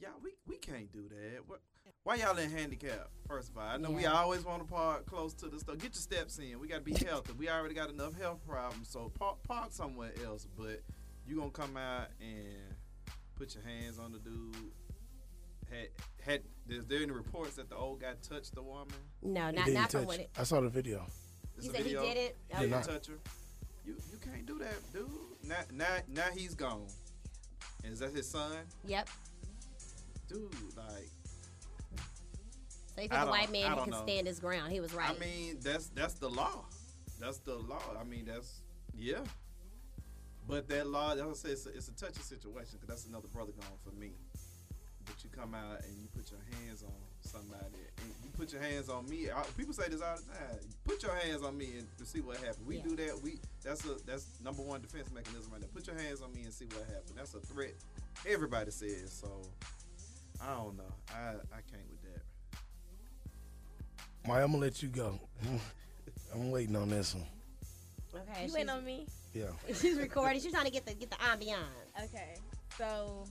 Speaker 2: yeah, we we can't do that. What, why y'all in handicap? First of all, I know we always want to park close to the stuff. Get your steps in. We gotta
Speaker 1: (laughs)
Speaker 2: be healthy. We already got enough health problems, so park park somewhere else. But you gonna come out and put your hands on the dude. Had had is there any reports that the old guy touched the woman?
Speaker 1: No, not
Speaker 4: Didn't
Speaker 1: not from
Speaker 4: touch
Speaker 1: what
Speaker 4: it.
Speaker 1: it.
Speaker 4: I saw the video.
Speaker 2: It's
Speaker 1: You
Speaker 2: a
Speaker 1: said he
Speaker 2: video.
Speaker 1: did it? Oh,
Speaker 2: Did
Speaker 1: Okay.
Speaker 2: he touch her? you you can't do that, dude. Now now now he's gone. And is that his son?
Speaker 6: Yep.
Speaker 2: Dude, like
Speaker 6: So he
Speaker 2: I
Speaker 6: was a
Speaker 2: don't-
Speaker 6: white
Speaker 2: I
Speaker 6: man who
Speaker 2: don't
Speaker 6: can
Speaker 2: know.
Speaker 6: stand his ground. He was right.
Speaker 1: (laughs)
Speaker 2: I mean, that's that's the law. That's the law. I mean, that's yeah. But that law, that's what I say it's a, it's a touchy situation because that's another brother gone for me. But you come out and you put your hands on somebody, and you put your hands on me. I, people say this all the time. Put your hands on me and to see what happens. We
Speaker 6: Yeah.
Speaker 2: do that. We that's a that's number one defense mechanism right there. Put your hands on me and see what happens. That's a threat. Everybody says so. I don't know. I I can't with that.
Speaker 4: Maya, I'm gonna let you go. (laughs) I'm waiting on this one.
Speaker 6: okay.
Speaker 3: You
Speaker 6: she's,
Speaker 3: went on me.
Speaker 4: Yeah.
Speaker 6: she's recording. She's trying to get the get the ambiance.
Speaker 3: Okay. So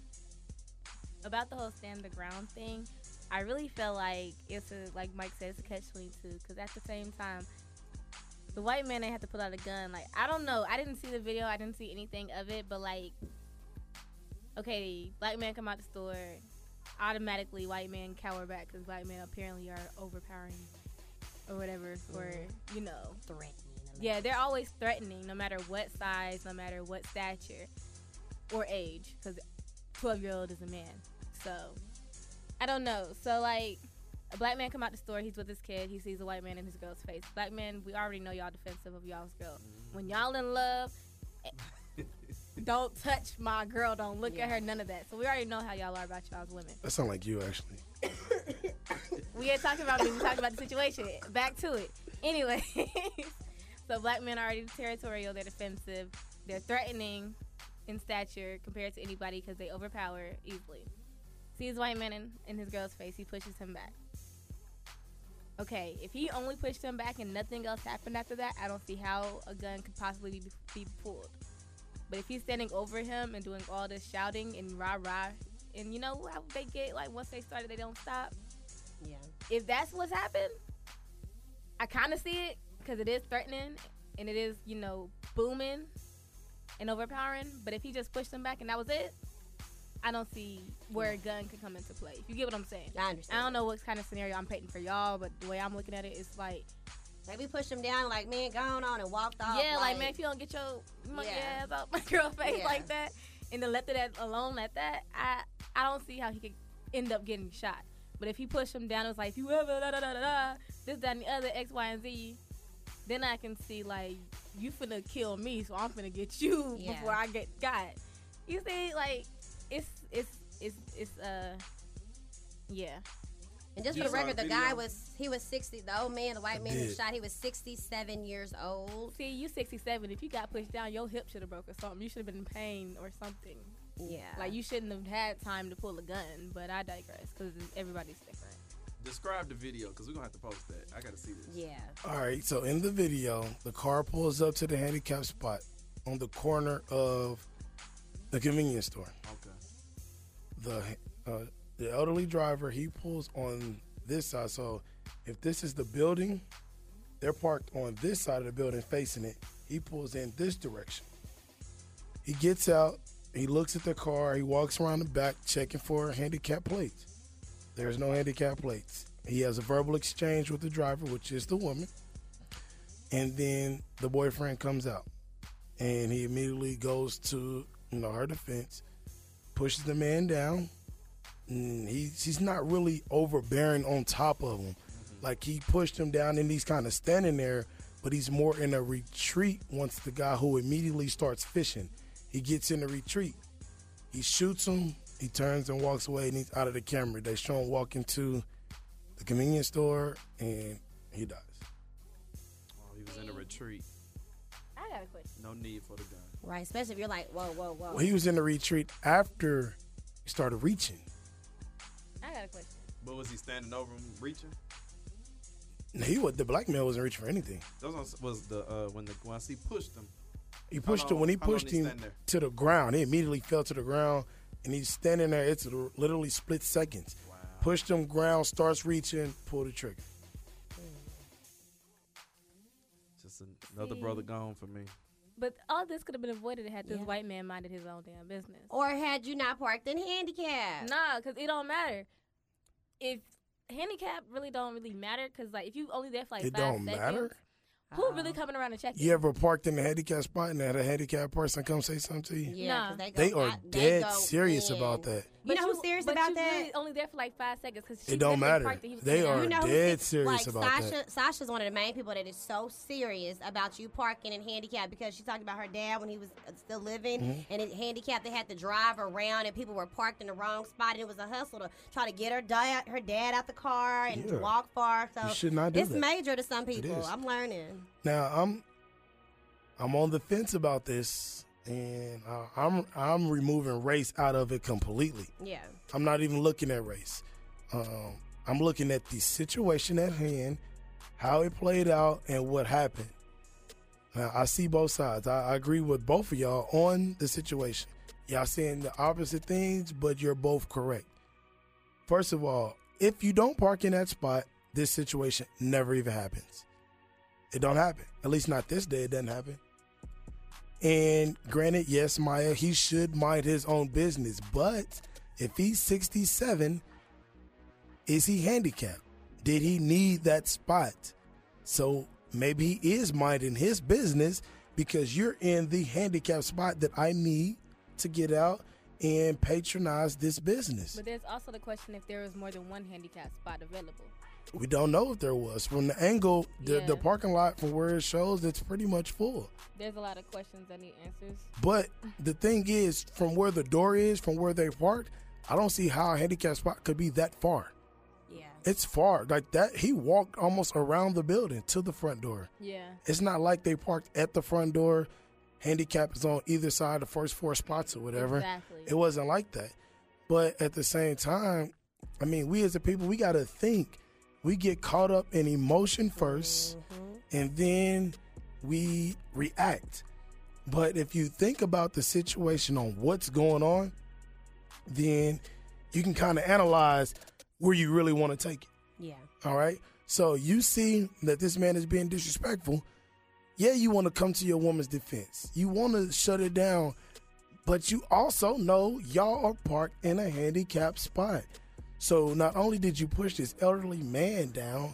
Speaker 3: about the whole stand the ground thing, I really feel like it's a like Mike said, it's a catch twenty two. Because at the same time, the white man they had to put out a gun. Like I don't know. I didn't see the video. I didn't see anything of it. But like, okay, black man come out the store, automatically white man cower back because black men apparently are overpowering or whatever for you know
Speaker 6: Threatening.
Speaker 3: yeah, they're always threatening, no matter what size, no matter what stature or age, because 12 year old is a man. So I don't know. So like a black man come out the store, he's with his kid, he sees a white man in his girl's face. Black men, we already know y'all defensive of y'all's girl. When y'all in love, eh, don't touch my girl, don't look at her, none of that. So we already know how y'all are about y'all's women.
Speaker 4: That sound like you actually.
Speaker 3: We ain't talking about me. We talking about the situation. Back to it. Anyway, (laughs) so black men are already territorial. They're defensive. They're threatening in stature compared to anybody because they overpower easily. Sees white man in, in his girl's face. He pushes him back. Okay, if he only pushed him back and nothing else happened after that, I don't see how a gun could possibly be, be pulled. But if he's standing over him and doing all this shouting and rah rah, and you know how they get like once they started, they don't stop
Speaker 6: Yeah.
Speaker 3: if that's what's happened, I kind of see it because it is threatening and it is, you know, booming and overpowering. But if he just pushed them back and that was it, I don't see where a gun could come into play. If you get what I'm saying.
Speaker 6: I understand.
Speaker 3: I don't know what kind of scenario I'm painting for y'all, but the way I'm looking at it, it's like,
Speaker 6: Like we pushed him down, like man, gone on and walked off.
Speaker 3: yeah, like, man, if you don't get your monkey
Speaker 6: Yeah.
Speaker 3: ass out my (laughs) girl face
Speaker 6: Yeah.
Speaker 3: like that, and then left it at, alone like that, I I don't see how he could end up getting shot. But if he pushed him down, it was like if you ever da da da da da this that and the other X Y and Z, then I can see like you finna kill me, so I'm finna get you (laughs)
Speaker 6: Yeah.
Speaker 3: before I get got. You see, like it's it's it's it's uh yeah.
Speaker 6: And just
Speaker 2: You
Speaker 6: for the
Speaker 2: saw
Speaker 6: record,
Speaker 2: the
Speaker 6: the guy
Speaker 2: video?
Speaker 6: was he was sixty. The old man, the white man who
Speaker 4: did.
Speaker 6: shot, he was sixty-seven years old.
Speaker 3: See, you 67. If you got pushed down, your hip should have broke or something. You should have been in pain or something.
Speaker 6: Yeah.
Speaker 3: Like you shouldn't have had time to pull a gun, but I digress because everybody's different.
Speaker 2: Describe the video because we're gonna have to post that. I gotta see this.
Speaker 6: Yeah.
Speaker 4: All right, so in the video, the car pulls up to the handicap spot on the corner of the convenience store.
Speaker 2: Okay.
Speaker 4: The uh, the elderly driver he pulls on this side. So if this is the building, they're parked on this side of the building facing it. He pulls in this direction. He gets out. He looks at the car. He walks around the back checking for handicap plates. There's no handicap plates. He has a verbal exchange with the driver, which is the woman. And then the boyfriend comes out and he immediately goes to, you know, her defense, pushes the man down. And he, he's not really overbearing on top of him. Like he pushed him down and he's kind of standing there, but he's more in a retreat once the guy who immediately starts fishing. He gets in a retreat. He shoots him. He turns and walks away, and he's out of the camera. They show him walk into the convenience store, and he dies.
Speaker 2: Oh, he was in a retreat.
Speaker 3: I got a question.
Speaker 2: No need for the gun.
Speaker 6: Right. Especially if you're like, whoa, whoa, whoa.
Speaker 4: Well, he was in the retreat after he started reaching.
Speaker 3: I got a question.
Speaker 2: But was he standing over him, reaching?
Speaker 4: And He was the black man wasn't reaching for anything.
Speaker 2: Those was- was the uh, when the once he pushed him.
Speaker 4: He pushed him
Speaker 2: long-
Speaker 4: when he
Speaker 2: how long
Speaker 4: pushed
Speaker 2: he
Speaker 4: him
Speaker 2: stand there?
Speaker 4: to the ground. He immediately fell to the ground, and he's standing there. It's literally split seconds. Pushed him ground, starts reaching, pull the trigger.
Speaker 2: Just an- another brother gone for me.
Speaker 3: But all this could have been avoided had this
Speaker 6: Yeah.
Speaker 3: white man minded his own damn business.
Speaker 1: Oh,
Speaker 6: or had you not parked in handicap?
Speaker 3: Nah, because it don't matter. If handicap really don't really matter, because like if you only there for like
Speaker 4: it
Speaker 3: five
Speaker 4: don't
Speaker 3: seconds,
Speaker 4: matter.
Speaker 3: Who really coming around to check
Speaker 4: You ever parked in a handicapped spot and had a handicapped person come say something to you?
Speaker 6: Yeah, 'cause
Speaker 3: Nah.
Speaker 6: go
Speaker 4: They are
Speaker 6: out- they
Speaker 4: dead
Speaker 6: go
Speaker 4: serious
Speaker 6: in.
Speaker 4: about that.
Speaker 6: You know who's
Speaker 3: who-
Speaker 6: serious
Speaker 3: but
Speaker 6: about
Speaker 3: you
Speaker 6: that?
Speaker 3: Really only there for like five seconds because
Speaker 4: It don't matter. They are
Speaker 6: You know who's
Speaker 4: dead
Speaker 6: se-
Speaker 4: serious
Speaker 6: like,
Speaker 4: about
Speaker 6: Sasha,
Speaker 4: that.
Speaker 6: Sasha's one of the main people that is so serious about you parking and handicap because she talked about her dad when he was uh, still living
Speaker 4: Mm-hmm.
Speaker 6: and it handicapped. They had to drive around and people were parked in the wrong spot and it was a hustle to try to get her dad her dad out the car and
Speaker 4: Yeah.
Speaker 6: walk far. So
Speaker 4: You should not do
Speaker 6: it's
Speaker 4: that.
Speaker 6: major to some people.
Speaker 4: is.
Speaker 6: I'm learning.
Speaker 4: Now I'm I'm on the fence about this, and uh, I'm I'm removing race out of it completely.
Speaker 6: Yeah.
Speaker 4: I'm not even looking at race. Um, I'm looking at the situation at hand, how it played out, and what happened. Now, I see both sides. I, I agree with both of y'all on the situation. Y'all saying the opposite things, but you're both correct. First of all, if you don't park in that spot, this situation never even happens. It don't happen. At least not this day. It doesn't happen. And granted, yes, Maya, he should mind his own business. But if he's 67, is he handicapped? Did he need that spot? So maybe he is minding his business because you're in the handicapped spot that I need to get out and patronize this business.
Speaker 3: But there's also the question if there is more than one handicap spot available.
Speaker 4: We don't know if there was. From the angle, the,
Speaker 3: Yeah.
Speaker 4: the parking lot from where it shows, it's pretty much full.
Speaker 3: There's a lot of questions that need answers.
Speaker 4: But the thing is, from where the door is, from where they parked, I don't see how a handicap spot could be that far.
Speaker 6: Yeah.
Speaker 4: It's far. Like that, he walked almost around the building to the front door.
Speaker 3: Yeah.
Speaker 4: It's not like they parked at the front door. Handicap is on either side, of the first four spots or whatever.
Speaker 3: Exactly.
Speaker 4: It wasn't like that. But at the same time, I mean, we as a people, we got to think. We get caught up in emotion 1st
Speaker 3: Mm-hmm.
Speaker 4: and then we react. But if you think about the situation on what's going on, then you can kind of analyze where you really want to take it.
Speaker 6: Yeah.
Speaker 4: All right. So you see that this man is being disrespectful. Yeah, you want to come to your woman's defense. You want to shut it down, but you also know y'all are parked in a handicapped spot. So not only did you push this elderly man down,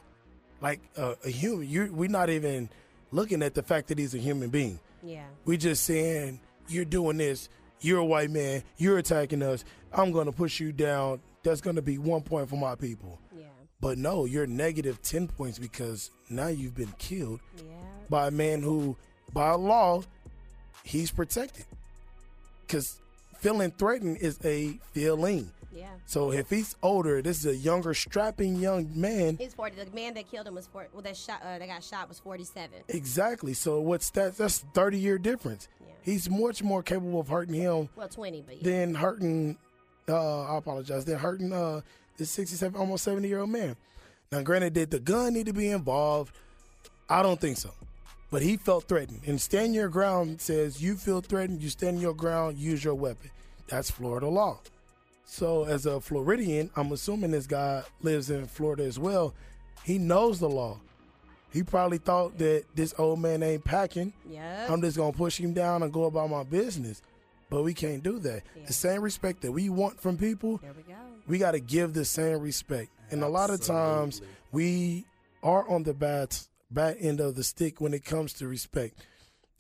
Speaker 4: like uh, a, a human, you we're not even looking at the fact that he's a human being.
Speaker 6: Yeah.
Speaker 4: We just saying you're doing this. You're a white man. You're attacking us. I'm gonna push you down. That's gonna be one point for my people.
Speaker 6: Yeah.
Speaker 4: But no, you're negative 10 points because now you've been killed
Speaker 6: Yeah.
Speaker 4: by a man who, by law, he's protected. Because feeling threatened is a feeling.
Speaker 6: Yeah.
Speaker 4: So if he's older, this is a younger, strapping young man.
Speaker 6: He's 40. The man that killed him was 40. Well, that shot, uh, that got shot was 47.
Speaker 4: Exactly. So what's that? That's 30 year difference.
Speaker 6: Yeah.
Speaker 4: He's much more capable of hurting him
Speaker 6: Well, 20, but yeah.
Speaker 4: than hurting, uh, I apologize, than hurting uh, this 67, almost 70 year old man. Now, granted, did the gun need to be involved? I don't think so. But he felt threatened. And stand your ground says you feel threatened, you stand your ground, use your weapon. That's Florida law. So, as a Floridian, I'm assuming this guy lives in Florida as well. He knows the law. He probably thought that this old man ain't packing.
Speaker 6: Yeah.
Speaker 4: I'm just gonna push him down and go about my business. But we can't do that. The same respect that we want from people,
Speaker 6: there we go.
Speaker 4: we gotta give the same respect. And a lot of times we are on the bad bad end of the stick when it comes to respect.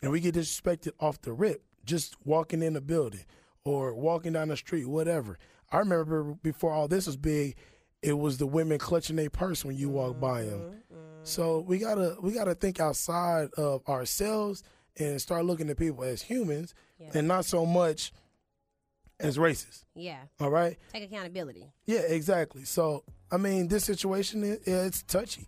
Speaker 4: And we get disrespected off the rip, just walking in the building or walking down the street, whatever. I remember before all this was big, it was the women clutching their purse when you walk by them.
Speaker 6: Mm-hmm.
Speaker 4: So we gotta we gotta think outside of ourselves and start looking at people as humans and not so much as racist.
Speaker 6: Yeah.
Speaker 4: All right.
Speaker 6: Take accountability.
Speaker 4: Yeah, exactly. So, I mean, this situation i- it's touchy,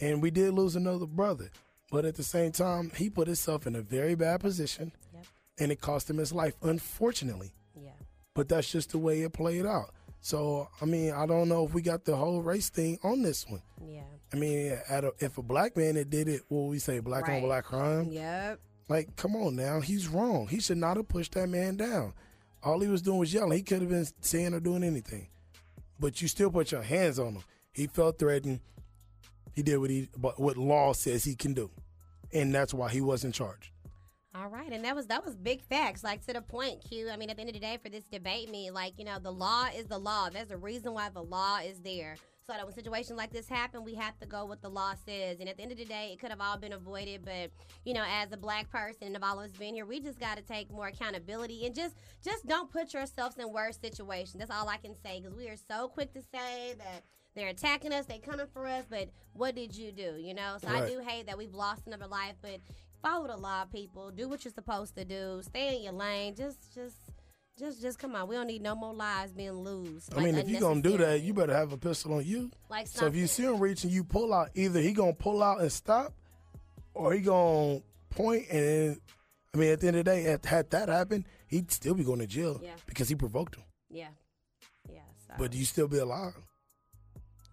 Speaker 4: and we did lose another brother, but at the same time, he put himself in a very bad position,
Speaker 6: Yep.
Speaker 4: and it cost him his life, unfortunately.
Speaker 6: Yeah.
Speaker 4: But that's just the way it played out. So, I mean, I don't know if we got the whole race thing on this one.
Speaker 6: Yeah.
Speaker 4: I mean, at a, if a black man that did it, what we say, black on
Speaker 6: Right.
Speaker 4: black crime,
Speaker 6: Yep.
Speaker 4: like, come on now, he's wrong. He should not have pushed that man down. All he was doing was yelling. He could have been saying or doing anything, but you still put your hands on him. He felt threatened. He did what he but what law says he can do, and that's why he wasn't charged.
Speaker 1: All right, and that was that was big facts, like to the point, Q. I mean, at the end of the day, for this debate, me, like you know, the law is the law. There's a reason why the law is there. So that when situations like this happen, we have to go with the law says. And at the end of the day, it could have all been avoided. But you know, as a black person and of all of us being here, we just got to take more accountability and just just don't put yourselves in worse situations. That's all I can say because we are so quick to say that. They're attacking us. They coming for us. But what did you do? You know. So I
Speaker 4: Right.
Speaker 1: do hate that we've lost another life. But follow the law, people. Do what you're supposed to do. Stay in your lane. Just, just, just, just come on. We don't need no more lives being loose.
Speaker 4: I mean, if you're gonna do that, you
Speaker 1: better.
Speaker 4: better have a pistol on you.
Speaker 1: Like
Speaker 4: so if you see
Speaker 1: something.
Speaker 4: him reaching, you pull out. Either he gonna pull out and stop, or he gonna point and. Then, I mean, at the end of the day, had, had that happened, he'd still be going to jail
Speaker 1: Yeah.
Speaker 4: because he provoked him.
Speaker 1: Yeah, yeah. So.
Speaker 4: But you still be alive.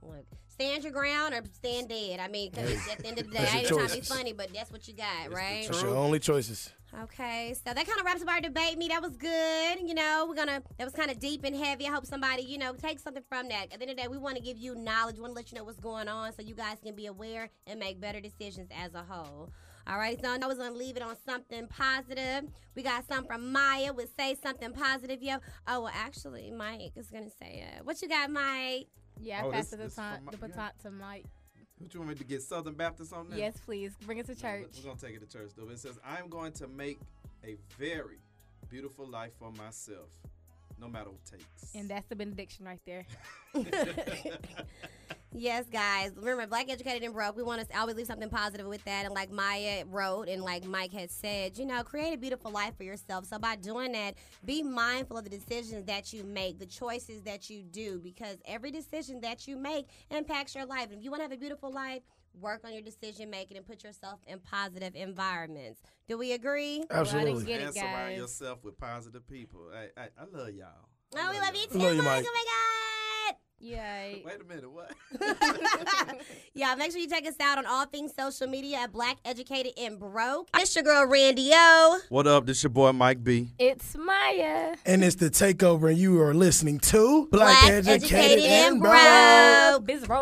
Speaker 1: Look, stand your ground or stand dead. I mean, 'cause at the end of the day,
Speaker 4: That's
Speaker 1: I
Speaker 4: your
Speaker 1: ain't trying to be
Speaker 4: choices.
Speaker 1: funny, but that's what you got, right?
Speaker 4: That's your only choices.
Speaker 1: Okay, so that kind of wraps up our debate. Me, that was good. You know, we're gonna that was kind of deep and heavy. I hope somebody, you know, take something from that. At the end of the day, we want to give you knowledge. We want to let you know what's going on, so you guys can be aware and make better decisions as a whole. All right, so I was gonna leave it on something positive. We got some from Maya. Would say something positive, yo. Oh, well, actually, Mike is gonna say it. What you got, Mike?
Speaker 3: Yeah,
Speaker 2: Oh,
Speaker 3: pass
Speaker 2: this-
Speaker 3: the
Speaker 2: this
Speaker 3: baton,
Speaker 2: from my-
Speaker 3: the
Speaker 2: yeah.
Speaker 3: baton to Mike.
Speaker 2: What you want me to get Southern Baptist on that?
Speaker 3: Yes, please bring it to
Speaker 2: No,
Speaker 3: church.
Speaker 2: we- We're gonna take it to church though. It says, "I'm going to make a very beautiful life for myself, no matter what it takes."
Speaker 3: And that's the benediction right there.
Speaker 1: Yes, guys. Remember, black educated and broke. We want to always leave something positive with that. And like Maya wrote, and like Mike had said, you know, create a beautiful life for yourself. So by doing that, be mindful of the decisions that you make, the choices that you do, because every decision that you make impacts your life. And if you want to have a beautiful life, work on your decision making and put yourself in positive environments. Do we agree?
Speaker 3: Well,
Speaker 4: Absolutely.
Speaker 3: Get it,
Speaker 2: and surround
Speaker 3: guys.
Speaker 2: yourself with positive people. Hey, hey, I love y'all. I
Speaker 1: Oh, we love you
Speaker 2: y'all.
Speaker 1: too,
Speaker 4: Love you,
Speaker 1: Mike.
Speaker 4: Mike.
Speaker 1: Oh my God.
Speaker 3: Yay.
Speaker 2: Wait a minute,
Speaker 3: (laughs)
Speaker 2: what?
Speaker 1: yeah, make sure you check us out on all things social media at Black Educated and Broke. It's your girl Randy O.
Speaker 2: what up? This your boy Mike B.
Speaker 3: It's Maya.
Speaker 4: And it's the takeover, and you are listening to Black,
Speaker 1: Black Educated and Broke.
Speaker 3: Biz Roll.